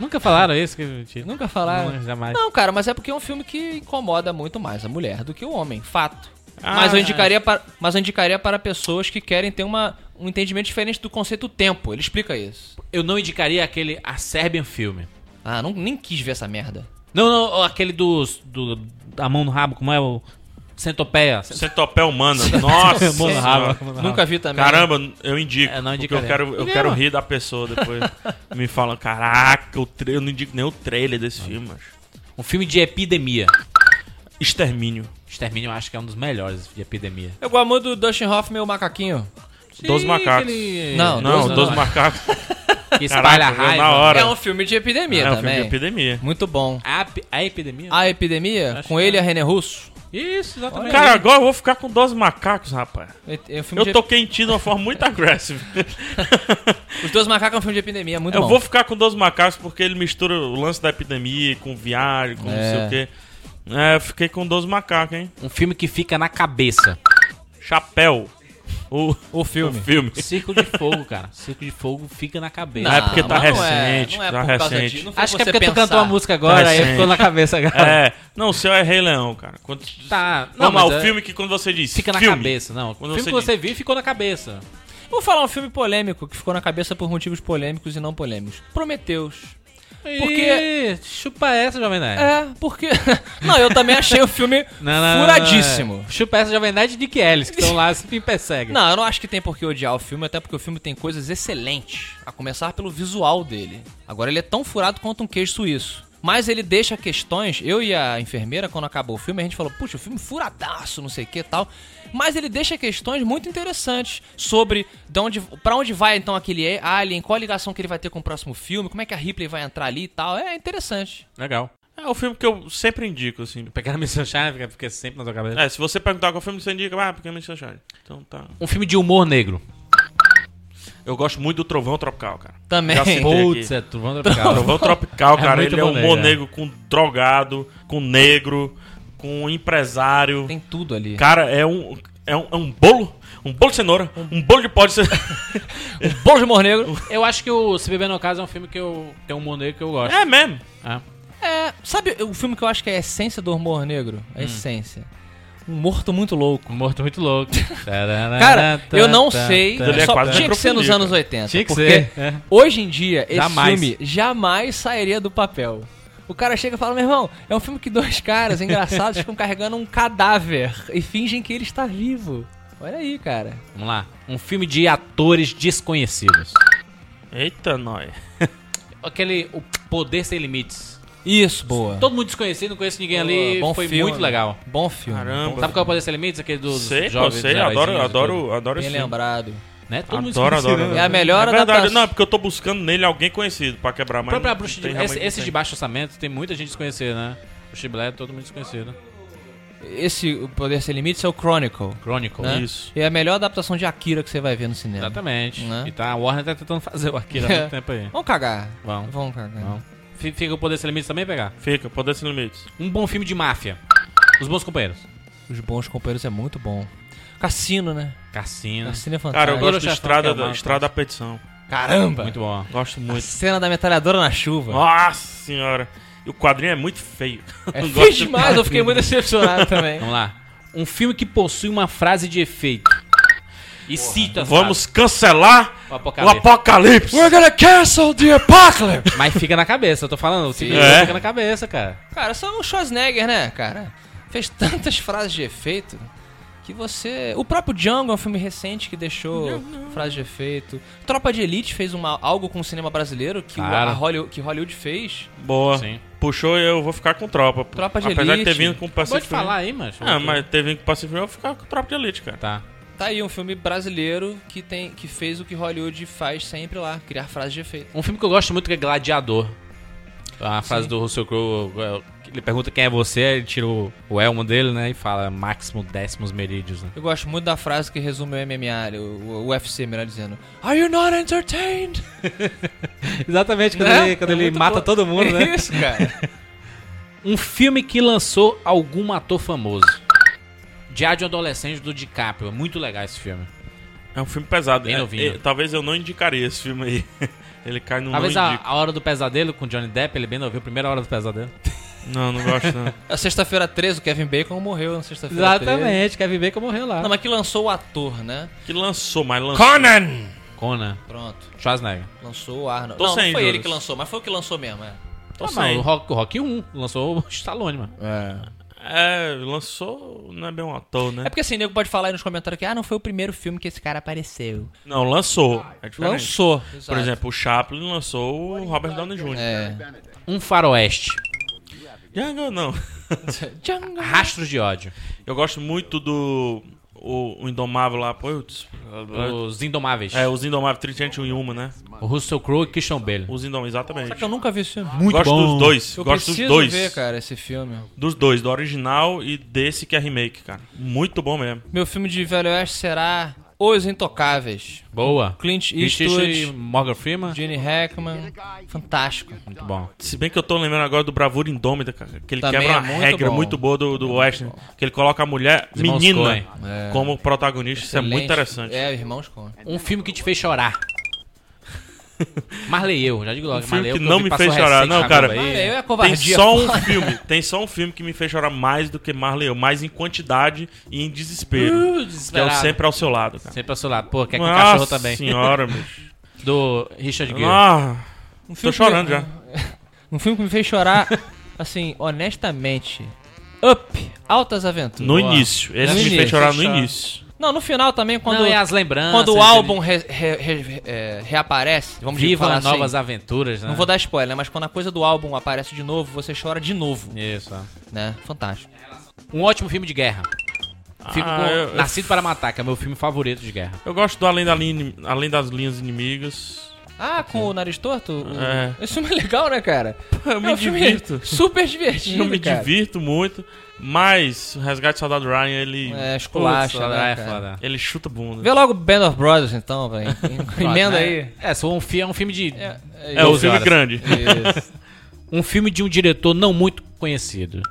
Nunca falaram isso? Que mentira.
Nunca falaram.
Não, jamais.
Não, cara, mas é porque é um filme que incomoda muito mais a mulher do que o homem. Fato.
Ah,
mas, eu
é.
indicaria para, mas eu indicaria para pessoas que querem ter uma, um entendimento diferente do conceito tempo. Ele explica isso.
Eu não indicaria aquele A Serbian Filme.
Ah, não, nem quis ver essa merda.
Não, não, aquele dos. Do, da mão no rabo, como é o. Centopeia.
Centopé humana. Nossa.
Mão no rabo.
senhora.
mão no rabo.
Nunca vi também.
Caramba, eu indico.
É, não
porque eu
indicaria.
quero, eu
Por que
quero
não?
rir da pessoa depois. Me falam, caraca, o tra- eu não indico nem o trailer desse filme, macho.
Um filme de epidemia.
Extermínio.
Extermínio eu acho que é um dos melhores de epidemia.
Eu gosto muito do Dustin Hoffman e o macaquinho.
Dos
Ih,
macacos.
aquele-
Não,
Não,
Doze
dos
Macacos.
macacos.
Que espalha
Caraca, viu?
raiva.
na hora.
É um filme de epidemia
É um
também.
filme de epidemia.
Muito bom.
A, a epidemia?
A epidemia,
Acho
com
que
ele e
é.
a René Russo.
Ah, Isso, exatamente.
Cara, agora eu vou ficar com 12 macacos, rapaz.
É- é um filme
Eu
de-
tô quentido de uma forma muito agressiva.
Os dois macacos é um filme de epidemia, muito
eu
bom.
vou ficar com 12 macacos porque ele mistura o lance da epidemia com viagem, com não sei
É.
o quê. É, eu fiquei com 12 macacos, hein?
Um filme que fica na cabeça.
Chapéu. O,
O filme.
o filme.
Círculo de Fogo, cara. Círculo de Fogo fica na cabeça.
Não, é porque tá
mas
recente,
Não é, não
tá
é por causa
recente.
disso. não foi
Acho que é
você
porque tu
pensar.
cantou uma música agora, aí
Recente.
ficou na cabeça, cara.
É, não, o seu é Rei Leão, cara. Quando,
Tá,
Não, mas
é-
o filme que quando você diz.
Fica na
filme,
cabeça, não. O
Quando
filme
você
que você viu ficou na cabeça.
Vou falar um filme polêmico que ficou na cabeça por motivos polêmicos e não polêmicos. Prometeus. Porque-
Porque. Chupa essa, Jovem Nerd.
É, porque. não, eu também achei o filme
Não, não, não,
furadíssimo.
não, é. Chupa essa Jovem Nerd e Dick Ellis, que estão lá se me perseguem.
Não, eu não acho que tem por que odiar o filme, até porque o filme tem coisas excelentes. A começar pelo visual dele. Agora ele é tão furado quanto um queijo suíço. Mas ele deixa questões. Eu e a enfermeira, quando acabou o filme, a gente falou: puxa, o filme furadaço, não sei o que e tal. Mas ele deixa questões muito interessantes sobre de onde, pra onde vai então aquele alien, qual a ligação que ele vai ter com o próximo filme, como é que a Ripley vai entrar ali e tal. É interessante.
Legal.
É o filme que eu sempre indico, assim.
Pegar a Miss Sunshine fica, fica sempre na sua cabeça.
É, se você perguntar qual filme você indica, ah, porque é Sunshine. Então tá.
Um filme de humor negro.
Eu gosto muito do Trovão Tropical, cara.
Também.
Já citei aqui.
Putz, é Trovão Tropical.
Trovão Tropical,
É
cara,
muito
ele é um
maneiro,
humor
é.
negro com drogado, com negro, com empresário.
Tem tudo ali.
Cara, é um, é um, é um bolo, um bolo de cenoura, um bolo de pó de cenoura.
O Bom de Humor Negro.
Eu acho que o Se Beber No Caso é um filme que eu... Tem um humor negro que eu gosto.
é mesmo.
É.
É, sabe o filme que eu acho que é a essência do humor negro? A essência. Um morto muito louco.
Um morto muito louco.
Cara,
tá,
eu não sei.
tá. Ele é
só
quase
tinha que ser nos
necrofilia,
anos 80.
Tinha que
porque
ser, é.
hoje em dia, esse
Jamais.
filme jamais sairia do papel. O cara chega e fala, meu irmão, é um filme que dois caras engraçados ficam carregando um cadáver e fingem que ele está vivo. Olha aí, cara.
Vamos lá. Um filme de atores desconhecidos.
Eita, nós.
Aquele O Poder Sem Limites.
Isso, boa.
Todo mundo desconhecido, não conheço ninguém
Boa,
ali. Foi
filme.
muito legal.
Bom filme.
Caramba.
Sabe qual é o Poder Sem Limites? Aquele dos
Sei, pô,
jovens.
sei,
dos
adoro,
heróizinhos e tudo,
adoro, adoro
Bem
esse filme.
lembrado.
Né? Todo mundo
Adoro,
desconhecido.
adoro.
É a melhor
É verdade,
adaptação.
não, é porque eu tô buscando nele alguém conhecido pra quebrar
O
mais.
próprio a Bruxa de... Esse, esse de baixo orçamento tem muita gente desconhecida, né? O Chiblet é todo mundo desconhecido.
Esse o Poder Sem Limites é o Chronicle.
Chronicle.
né?
Isso.
E é a melhor adaptação de Akira que você vai ver no cinema.
Exatamente.
Né?
E tá, a Warner tá tentando fazer o Akira há
É.
muito tempo aí.
Vamos cagar.
Vão.
Vamos cagar.
Vão. F- Fica o Poder Sem Limites também pegar.
Fica, poder sem limites.
Um bom filme de máfia. Os Bons Companheiros.
Os bons companheiros é muito bom. Cassino, né?
Cassino.
Cassino é
Cara,
fantástico.
eu
Agora
gosto
eu
de
já
Estrada,
falo que Tá é
da,
uma-
Estrada da Petição.
Caramba!
Muito bom.
Gosto
A
muito.
cena da metralhadora na chuva.
Nossa senhora. E o quadrinho é muito feio.
é
Não
feio
gosto
demais, eu fiquei muito decepcionado também.
Vamos lá. Um filme que possui uma frase de efeito. E cita. as
Vamos cancelar
frases. O
o
apocalipse.
apocalipse.
gonna cancel the apocalypse!
Mas fica na cabeça, eu tô falando. O seguinte,
É.
fica na cabeça, cara.
Cara, só o Schwarzenegger, né, cara? Fez tantas frases de efeito que você... O próprio Django é um filme recente que deixou frases de efeito. Tropa de Elite fez uma, algo com o cinema brasileiro que, o-
Cara.
a Hollywood, que Hollywood fez.
Boa.
Sim.
Puxou e eu vou ficar com tropa. pô.
Tropa de
Apesar
Elite.
de ter vindo com o
Acabou de
Pacific
falar aí, macho.
Ah, mas ter vindo com o Pacific Rim, eu vou ficar com tropa de elite, cara.
Tá.
Tá aí um filme brasileiro que, tem, que fez o que Hollywood faz sempre lá, criar frases de efeito.
Um filme que eu gosto muito que é Gladiador. A frase do Russell Crowe. eh, Ele pergunta quem é você, ele tira o, o elmo dele, né? E fala Máximo Décimos Meridius, né?
Eu gosto muito da frase que resume o MMA, o, o UFC, melhor dizendo. Are you not entertained?
Exatamente, quando
Né?
ele, quando
É
ele
muito
mata
bom.
todo mundo,
É
né?
Isso, cara.
Um filme que lançou algum ator famoso. Diário de um Adolescente do DiCaprio. É muito legal esse filme.
É um filme pesado.
Bem
É,
novinho.
é, talvez eu não indicaria esse filme aí. Ele cai no
Talvez
não
a,
indico.
a Hora do Pesadelo com Johnny Depp, ele bem novinho. Primeira Hora do Pesadelo.
Não, não gosto não.
A sexta-feira 13, o Kevin Bacon morreu na sexta-feira 13.
Kevin Bacon morreu lá.
Não, mas que lançou o ator, né?
que lançou, mas lançou.
Conan! Conan.
Pronto.
Schwarzenegger.
Lançou o Arnold.
Tô
não, não
sem,
foi ele
Jonas.
que lançou, mas foi o que lançou mesmo, é.
Tô
Ah, mas
sem.
o Rock, o Rock 1 lançou o Stallone, mano.
É, lançou não é bem um ator, né?
É porque assim, nego pode falar aí nos comentários que, ah, não foi o primeiro filme que esse cara apareceu.
Não, lançou. É diferente.
Lançou.
Por exemplo, o Chaplin lançou o Robert Downey Jr.
É.
Um faroeste.
Django, não.
Django.
Rastros de ódio.
Eu gosto muito do o, o Indomável lá, pô. eu disse-
Os Indomáveis.
É, os Indomáveis 301 e uma, né?
O Russell Crowe e Christian Bale.
Os Indomáveis,
Só que
exatamente.
eu nunca vi esse filme.
gosto dos dois.
Eu
gosto dos
preciso
dois.
ver, cara, esse filme.
Dos dois, do original e desse que é remake, cara. Muito bom mesmo.
Meu filme de Velho Oeste será Os Intocáveis.
Boa.
Clint
Clint e
Eastwood,
Morgan Freeman.
Gene Hackman. Fantástico.
É
Muito bom.
Se bem que eu tô lembrando agora do Bravura Indômita, cara. Que ele
Também
quebra
é
uma
muito
regra
bom.
muito boa do, do Western. Que ele coloca a mulher
Os irmãos
menina
Coen.
como protagonista. Isso é muito
Excelente.
interessante.
É, Irmãos Coen.
Um filme que te fez chorar. Marley eu, já digo logo.
Um filme
Marley
que
eu,
não
vi
me
passou
fez chorar,
recente
não,
na
cara.
Globo aí.
Olha, eu
Tem
é covardia.
só
pô.
um filme, tem só um filme que me fez chorar mais do que Marley eu, mais em quantidade e em desespero.
Uh,
que é o
desesperado.
Sempre ao seu lado, cara.
Sempre ao seu lado. Pô, quer que o
Nossa
cachorro também.
senhora, bicho.
Do Richard Gere.
Ah,
Um
tô
filme
chorando
que me-
já.
Um filme que me fez chorar, assim, honestamente. Up, Altas Aventuras.
No início. Esse
No
me fez
início,
chorar no
chorar.
início.
Não, no final também, quando,
Não, é as lembranças.
quando o
ele-
álbum re- re- re- é, reaparece, vamos
Viva
falar assim,
novas aventuras, né?
Não vou dar spoiler, né? mas quando a coisa do álbum aparece de novo, você chora de novo,
Isso. ó.
né? Fantástico.
Um ótimo filme de guerra. Fico
Ah,
com
eu- eu-
Nascido para Matar, que é meu filme favorito de guerra.
Eu gosto do Além, da Linha Inim- Além das Linhas Inimigas.
Ah, com o nariz torto? O-
É.
Esse filme é legal, né, cara?
Eu me
É um filme
divirto.
Super divertido.
Eu me
cara.
divirto muito, mas o Resgate do Soldado Ryan, ele,
É,
Putz,
esculacha,
lá
né,
é
cara?
foda.
ele chuta bunda.
Vê logo Band of Brothers, então, velho. Emenda aí.
É, só um fi- é um filme de.
É um
Doze
filme
horas.
grande.
Isso.
Um filme de um diretor não muito conhecido.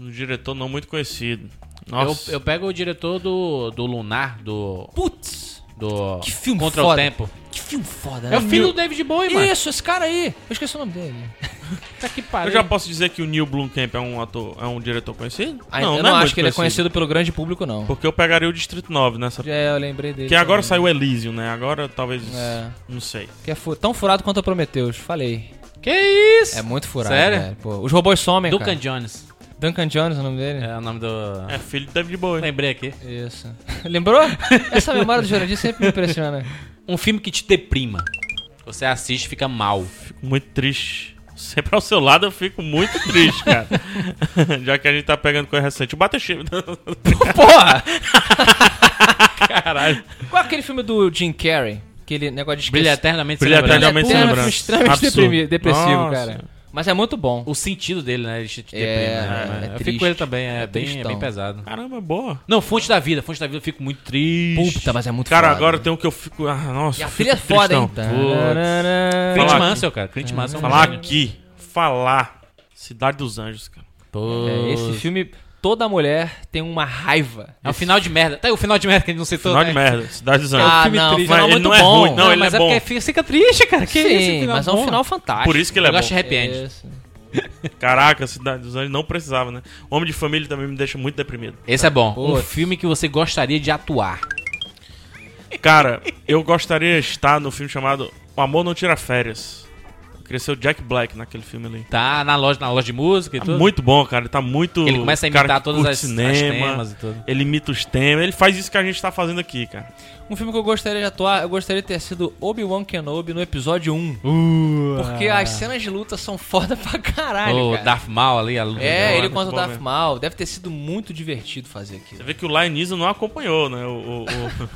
Um diretor não muito conhecido.
Eu,
Nossa.
eu pego o diretor do, do Lunar, do.
Putz,
do
que filme
Contra
foda.
o Tempo.
Que filme foda, né?
É o filho do David Bowie, mano.
Isso, esse cara aí. Eu esqueci o nome dele.
Puta Tá que
Eu
pariu.
já posso dizer que o Neil Blomkamp é um ator, é um diretor conhecido?
Ah, eu não,
muito
acho que ele é conhecido pelo grande público, não.
Porque eu pegaria o Distrito 9 nessa.
É, eu lembrei dele.
Que agora
também.
saiu Elysium, né? Agora talvez.
É.
Não sei.
Que é fu- tão furado quanto a Prometheus. Falei.
Que isso?
É muito furado.
Sério?
velho. Pô, os robôs somem,
Duncan
cara.
Jones.
Duncan Jones é o nome dele?
É o nome do.
É filho de David Bowie.
Lembrei aqui.
Isso. Lembrou? Essa memória do Jurandir sempre me impressiona.
Um filme que te deprima. Você assiste e fica mal.
Fico muito triste. Sempre ao seu lado eu fico muito triste, cara. Já que a gente tá pegando coisa recente. O Battleship.
Porra! Caralho. Qual é aquele filme do Jim Carrey? Aquele negócio de
Brilha
esquecer.
eternamente
Brilha
sem lembrança.
eternamente. sem
Ele é um filme
lembrança.
extremamente
Absurdo.
deprimi- depressivo,
Nossa.
cara. Mas é muito bom.
O sentido dele, né? Ele te te
É,
deprime. né?
é
eu fico
triste.
com ele também, é,
É
bem, é
tristão.
bem pesado.
Caramba, boa.
Não, Fonte da Vida. Fonte da Vida eu fico muito triste.
Puta, mas é muito
Cara,
foda.
agora tem um que eu fico. Ah, nossa.
E
eu
a
fico
filha é foda, hein?
tristão.
Tarará.
Clint
Falar
Mansell, cara. Clint Mansell é um
Falar
gênio.
aqui. Falar. Cidade dos Anjos, cara.
Pô.
É, esse filme, toda mulher tem uma raiva. um
É o final de merda. Tá aí o final de merda que a gente não citou,
Final
né?
de merda. Cidade dos Anjos.
Ah,
é um Filme
não,
triste.
final
Mas ele
muito
não é
bom.
ruim, não, ele
mas
é
é,
bom.
porque fica- fica triste, cara. Que
Sim,
isso? Final
mas é
bom.
um final fantástico.
Por isso que ele é
Eu gosto de
bom.
happy end.
Isso.
Caraca, Cidade dos Anjos não precisava, né? Homem de Família também me deixa muito deprimido.
Esse é bom. Um
Putz.
filme que você gostaria de atuar.
Cara, eu gostaria de estar no filme chamado O Amor Não Tira Férias. Cresceu Jack Black naquele filme ali.
Tá na loja, na loja de música e
Tá
tudo.
muito bom, cara. Ele tá muito.
Ele começa a
cara
imitar
que
todas
curte
as- as temas e tudo.
Ele imita os temas. Ele faz isso que a gente tá fazendo aqui, cara.
Um filme que eu gostaria de atuar, eu gostaria de ter sido Obi-Wan Kenobi no episódio 1.
Uh.
Porque as cenas de luta são foda pra caralho,
o
cara.
Darth Maul ali, a luta.
É,
dela.
ele
né? muito
contra o
bom
Darth
mesmo.
Maul. Deve ter sido muito divertido fazer
Você
aquilo.
vê que o Lionismo não acompanhou, né? O, o- o-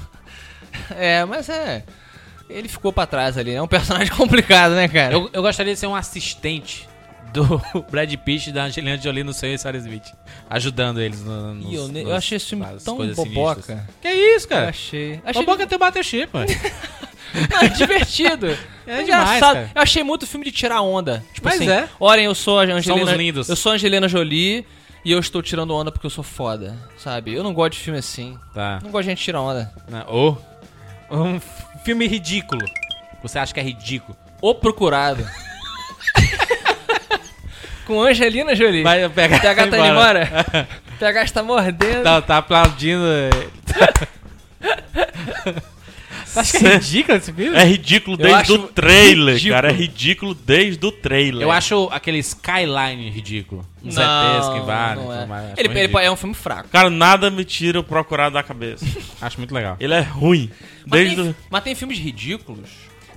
É, mas é... Ele ficou pra trás ali. É um personagem complicado, né, cara?
Eu, eu gostaria de ser um assistente do Brad Pitt e da Angelina Jolie no seu e Sarah Smith. Ajudando eles no, nos,
Ih, eu, ne- eu
nos-
achei esse filme
nas
tão
coisas
boboca.
sinistras. Que isso,
Eu
cara?
achei... achei
Boboca tem o Battleship, mano.
Ah, divertido.
É
É
demais,
engraçado.
cara.
eu achei muito filme de tirar onda. Tipo
Mas
assim,
é.
olhem, eu sou a Angelina.
Somos lindos.
Eu sou a Angelina Jolie e eu estou tirando onda porque eu sou foda, sabe? Eu não gosto de filme assim.
Tá.
Não gosto de gente tirar onda.
né? Ou um f- filme ridículo. Você acha que é ridículo.
O Procurado. Com Angelina Jolie.
Vai, eu pego-
O PH tá
vai
indo
embora.
embora. O PH está mordendo.
Tá, tá aplaudindo. eh. Você acha que é ridículo esse filme?
É ridículo
Eu
desde
acho
o trailer,
ridículo.
cara. É ridículo desde o trailer.
Eu acho aquele Skyline ridículo. Um Uns ETs que vale.
não
tudo
é.
mais. Acho
Ele,
muito
ele
ridículo.
é um filme fraco.
Cara, nada me tira o procurar da cabeça.
Acho muito legal.
Ele é ruim.
Mas,
Desde
tem,
o.
mas tem filmes ridículos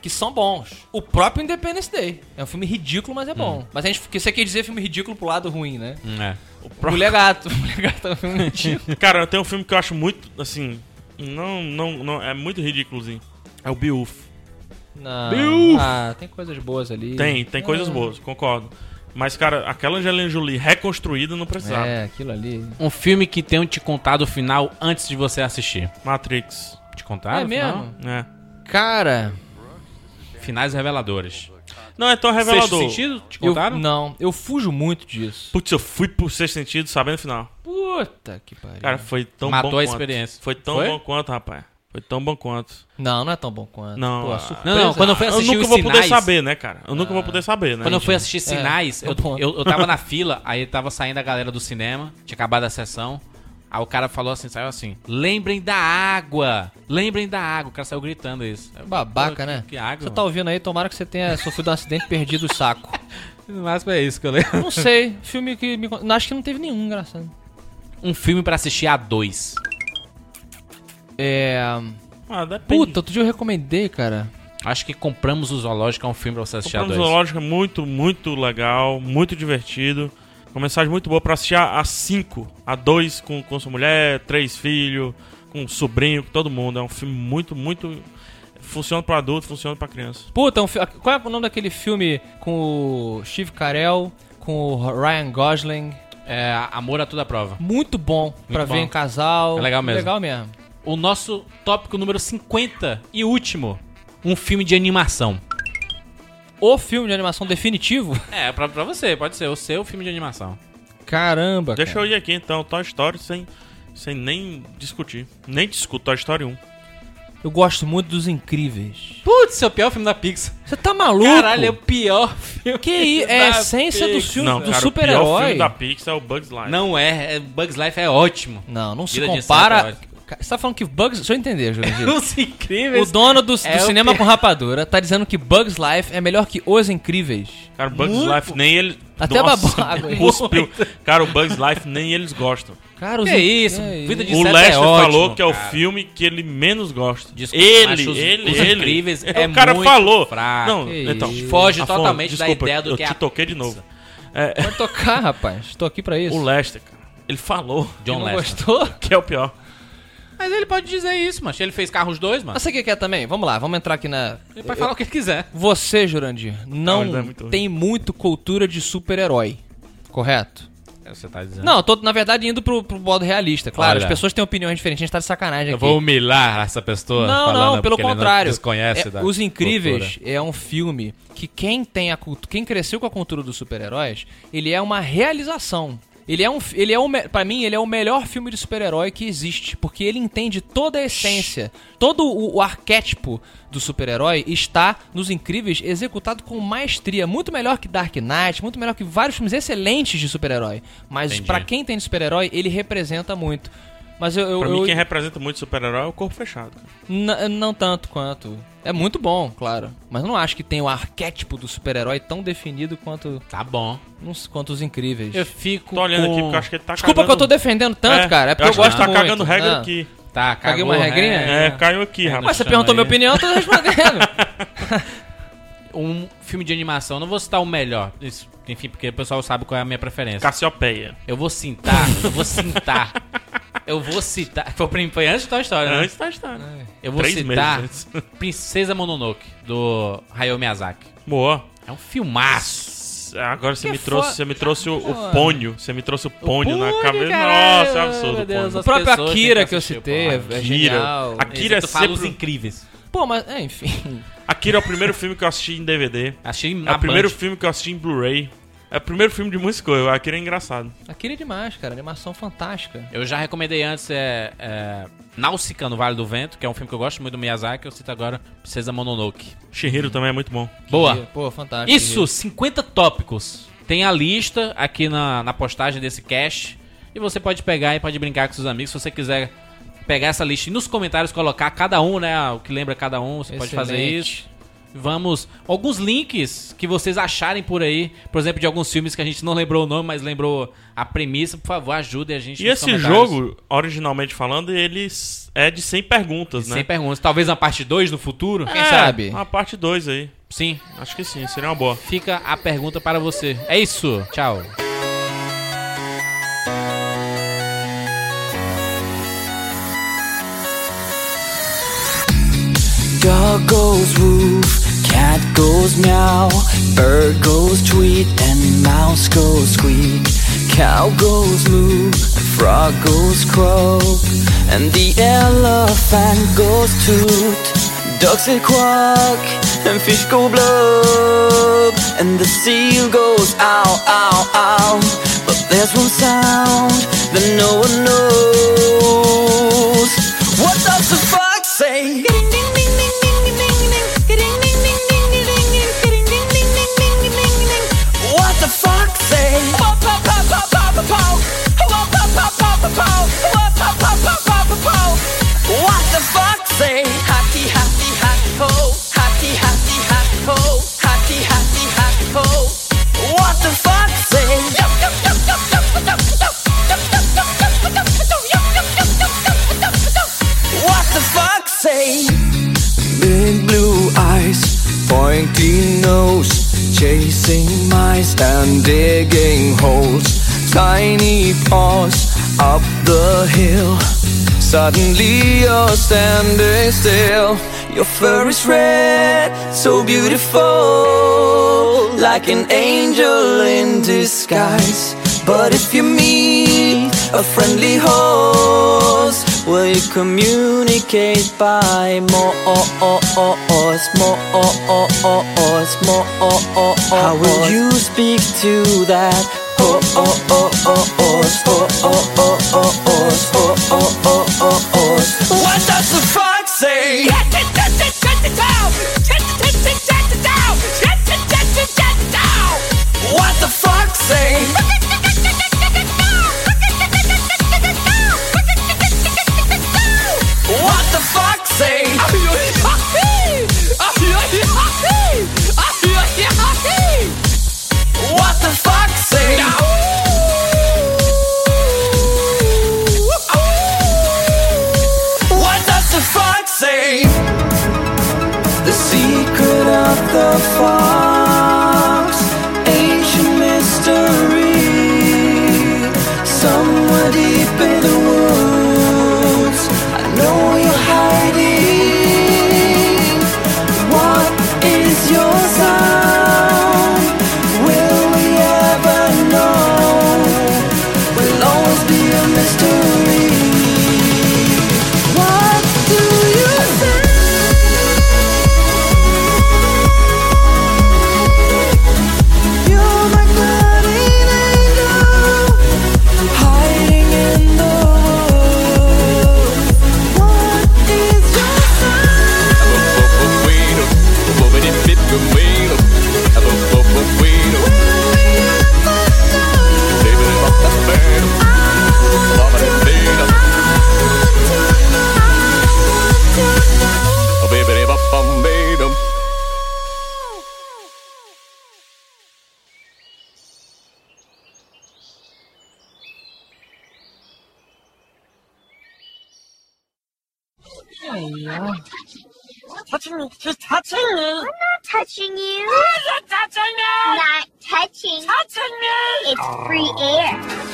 que são bons. O próprio Independence Day. É um filme ridículo, mas é bom. Mas a gente, porque você quer dizer filme ridículo pro lado ruim, né?
Hum, é.
Mulher Gato. Mulher Gato é um filme ridículo.
Cara, tem um filme que eu acho muito, assim. Não, não, não. É muito ridículozinho. É o Beowulf.
Não.
Bill!
Ah, tem coisas boas ali. É.
Tem, tem coisas
Ah.
boas, concordo. Mas, cara, aquela Angelina Jolie reconstruída não precisava.
É, aquilo ali.
Um filme que tenham te contado o final antes de você assistir.
Matrix.
Te contaram?
é
o
mesmo?
final?
né?
Cara,
Finais reveladores.
Não é tão
Sexto
revelador.
sentido? Te
eu,
contaram?
não, eu fujo muito disso.
Putz, eu fui pro sexto sentido sabendo o final.
Puta que pariu.
Cara, foi tão
Matou
bom
a
quanto.
experiência.
Foi tão
Foi?
bom quanto, rapaz. Foi tão bom quanto.
Não, não é tão bom quanto.
Não,
Pô,
ah,
a surpresa.
Não, não, quando eu fui
Eu
assistir
nunca
os
vou
sinais, Ah.
poder saber, né, cara? Eu nunca vou poder saber, né?
Quando eu fui assistir Sinais,
É,
eu,
é bom.
eu, eu tava na fila, aí tava saindo a galera do cinema, tinha acabado a sessão. Aí o cara falou assim, saiu assim, lembrem da água, lembrem da água. O cara saiu gritando isso. Eu, pô,
Babaca, né?
Que, que água,
Você tá ouvindo aí, tomara que você tenha sofrido um acidente e perdido o saco.
No máximo é isso que eu lembro.
Não sei, filme que me... con- Acho que não teve nenhum, engraçado.
Um filme pra assistir a dois.
É.
Ah, depende.
Puta, outro dia eu recomendei, cara.
Acho que Compramos o Zoológico é um filme pra você assistir
Compramos
a dois.
zoológico é muito, muito legal, muito divertido. Uma mensagem muito boa pra assistir a 5, a 2 com, com sua mulher, três filhos, com sobrinho, com todo mundo. É um filme um muito, muito Funciona pra adulto, funciona pra criança.
Puta, um fi- qual é o nome daquele filme com o Steve Carell, com o Ryan Gosling?
É, amor a toda prova.
Muito bom pra
bom.
ver em casal.
É legal mesmo.
Legal mesmo.
O nosso tópico número 50 e último: um filme de animação.
O filme de animação definitivo?
É, pra, pra você, pode ser o seu filme de animação.
Caramba,
Deixa
cara.
eu ir aqui então, Toy Story sem, sem nem discutir. Nem discuto Toy Story 1.
Eu gosto muito dos incríveis.
Putz, é o pior filme da Pixar.
Você tá maluco?
Caralho, é o pior filme.
Que isso? É a
da
essência do
Pixar.
filme
Não,
do
cara, o pior
super-herói.
filme da Pixar é o Bugs Life.
Não é, é- Bugs Life é ótimo.
Não, não se
Vida de
compara.
inseto,
Ca- Você tá falando que Bugs. Deixa eu entender, Jurandir.
Os
o
incríveis.
dono do, do
É o
cinema
pi-
com rapadura tá dizendo que Bugs Life é melhor que Os Incríveis.
Cara, o Bugs Life nem ele.
Até babou a água aí.
cuspiu. Cara, o Bugs Life nem eles gostam.
Cara,
Que isso? Vida de
o
inseto
Lester
é ótimo,
falou que é o
cara.
filme que ele menos gosta.
Desculpa,
ele,
acho os-
ele,
os
ele.
Incríveis
o
é
cara
muito
falou.
fraco.
Não,
Que
então.
isso.
Foge totalmente da
desculpa,
ideia do
eu
que é
te
a
toquei de
Pixar.
novo. É,
Pode tocar, rapaz. Tô aqui pra isso.
o Lester, cara, ele falou
John
não
Lester.
gostou?
que é o pior.
Mas ele pode dizer isso, macho. Ele fez Carros 2, mano.
Mas sabe o que que é também? Vamos lá, vamos entrar aqui na.
Ele pode falar o que ele quiser.
Você, Jurandir, não,
mas é muito ruim.
tem muito cultura de super-herói. Correto?
Você tá dizendo.
Não, eu tô, na verdade, indo pro, pro modo realista. Claro,
Olha.
as pessoas têm opiniões diferentes, a gente tá de sacanagem
Eu
aqui.
vou humilhar essa pessoa.
Não,
falando
não, pelo
porque ele
contrário.
desconhece
É,
da
Os Incríveis
cultura.
é um filme que quem tem a cultu- quem cresceu com a cultura dos super-heróis, ele é uma realização. Ele é um fi- ele é um, para mim ele é o melhor filme de super-herói que existe, porque ele entende toda a essência, todo o, o arquétipo do super-herói está nos Incríveis executado com maestria, muito melhor que Dark Knight, muito melhor que vários filmes excelentes de super-herói, mas
Entendi.
pra quem tem de super-herói, ele representa muito. Mas eu, eu,
Pra mim,
eu-
quem representa muito super-herói é o corpo fechado. cara.
N- não tanto quanto. É muito bom, claro. Mas não acho que tem o arquétipo do super-herói tão definido quanto,
Tá bom.
não sei, quanto os incríveis.
Eu fico.
Tô olhando
com-
aqui porque eu acho que ele tá
Desculpa que eu
cagando-
tô defendendo tanto, cara. É porque eu,
acho que
gosto
tá
muito.
cagando regra
Não.
aqui.
Tá,
Caguei
cagou.
uma regrinha?
é.
É, caiu aqui,
Mas
rapaz.
você
Chama
perguntou
aí.
minha opinião, eu tô respondendo.
Um filme de animação, eu não vou citar o melhor. Isso, enfim, porque o pessoal sabe qual é a minha preferência.
Cassiopeia.
Eu vou citar, eu vou citar. Eu vou citar. Foi, o prim- foi antes da história, né?
Antes tá estando.
Eu vou
Três
citar
meses
Princesa Mononoke, do Hayao Miyazaki.
Boa.
É um filmaço.
Agora você
Que
me trouxe,
fo-
você me trouxe o, o pônio. Você me trouxe o pônio na
pônio,
cabeça.
cara.
Nossa, é um
Meu
absurdo o
Deus,
pônio.
O próprio
pessoas têm
Akira
que
que eu
assistir,
citei é, é genial.
Akira. Akira é
Exceto fala os
sempre...
incríveis.
Pô, mas, é, enfim.
Akira é o primeiro filme que eu assisti em DVD.
Achei
É
na
o primeiro
Band.
filme que eu assisti em Blu-ray. É o primeiro filme de muita coisa. Akira é engraçado.
Akira é demais, cara. Animação fantástica.
Eu já recomendei antes é, é Náusica no Vale do Vento, que é um filme que eu gosto muito do Miyazaki. Eu cito agora Princesa Mononoke.
Shihiro também é muito bom.
Boa.
Pô, fantástico.
Isso, 50 tópicos. Tem a lista aqui na, na postagem desse cast. E você pode pegar e pode brincar com seus amigos. Se você quiser pegar essa lista e nos comentários colocar cada um, né? O que lembra cada um, você pode fazer
Excelente.
isso. Vamos. Alguns links que vocês acharem por aí, por exemplo, de alguns filmes que a gente não lembrou o nome, mas lembrou a premissa, por favor, ajudem a gente.
E
nos
esse
comentários.
jogo, originalmente falando, ele s- é de 100 perguntas, né?
Sem perguntas. Talvez uma parte 2 no futuro?
Quem sabe?
Uma parte 2 aí.
Sim.
Acho que sim, seria uma boa.
Fica a pergunta para você. É isso. Tchau.
Dog goes woof, cat goes meow, bird goes tweet, and mouse goes squeak. Cow goes moo, the frog goes croak, and the elephant goes toot. Ducks will quack, and fish go blub, and the seal goes ow, ow, ow. But there's one sound that no one knows. What does the fox say? What the fuck say? What the fuck say? Happy, happy, happy ho. Happy, happy, happy ho. Happy, happy, happy ho. What the fuck say? What the fuck say? Big blue eyes, pointy nose, chasing mice and digging holes. Tiny paws up the hill. Suddenly you're standing still. Your fur is red, so beautiful, like an angel in disguise. But if you meet a friendly host, will you communicate by more, oh, more, oh, more? oh, How will you speak to that? Oh, oh, oh, oh, oh, oh, oh, oh, oh, oh, oh, oh, oh, oh, oh. What does the frog say? What the fuck say? What the fuck say? "Ah, Ah, What the fuck say? "Ah, Ah, What does the fuck say? The secret of the fox, ancient mystery. Somewhere deep in the woods, I know you're hiding. What is your sound? Will we ever know? Will always be a mystery. What do you think? You're my guardian angel, hiding in the What is your
touching you. Not touching me. It's free air.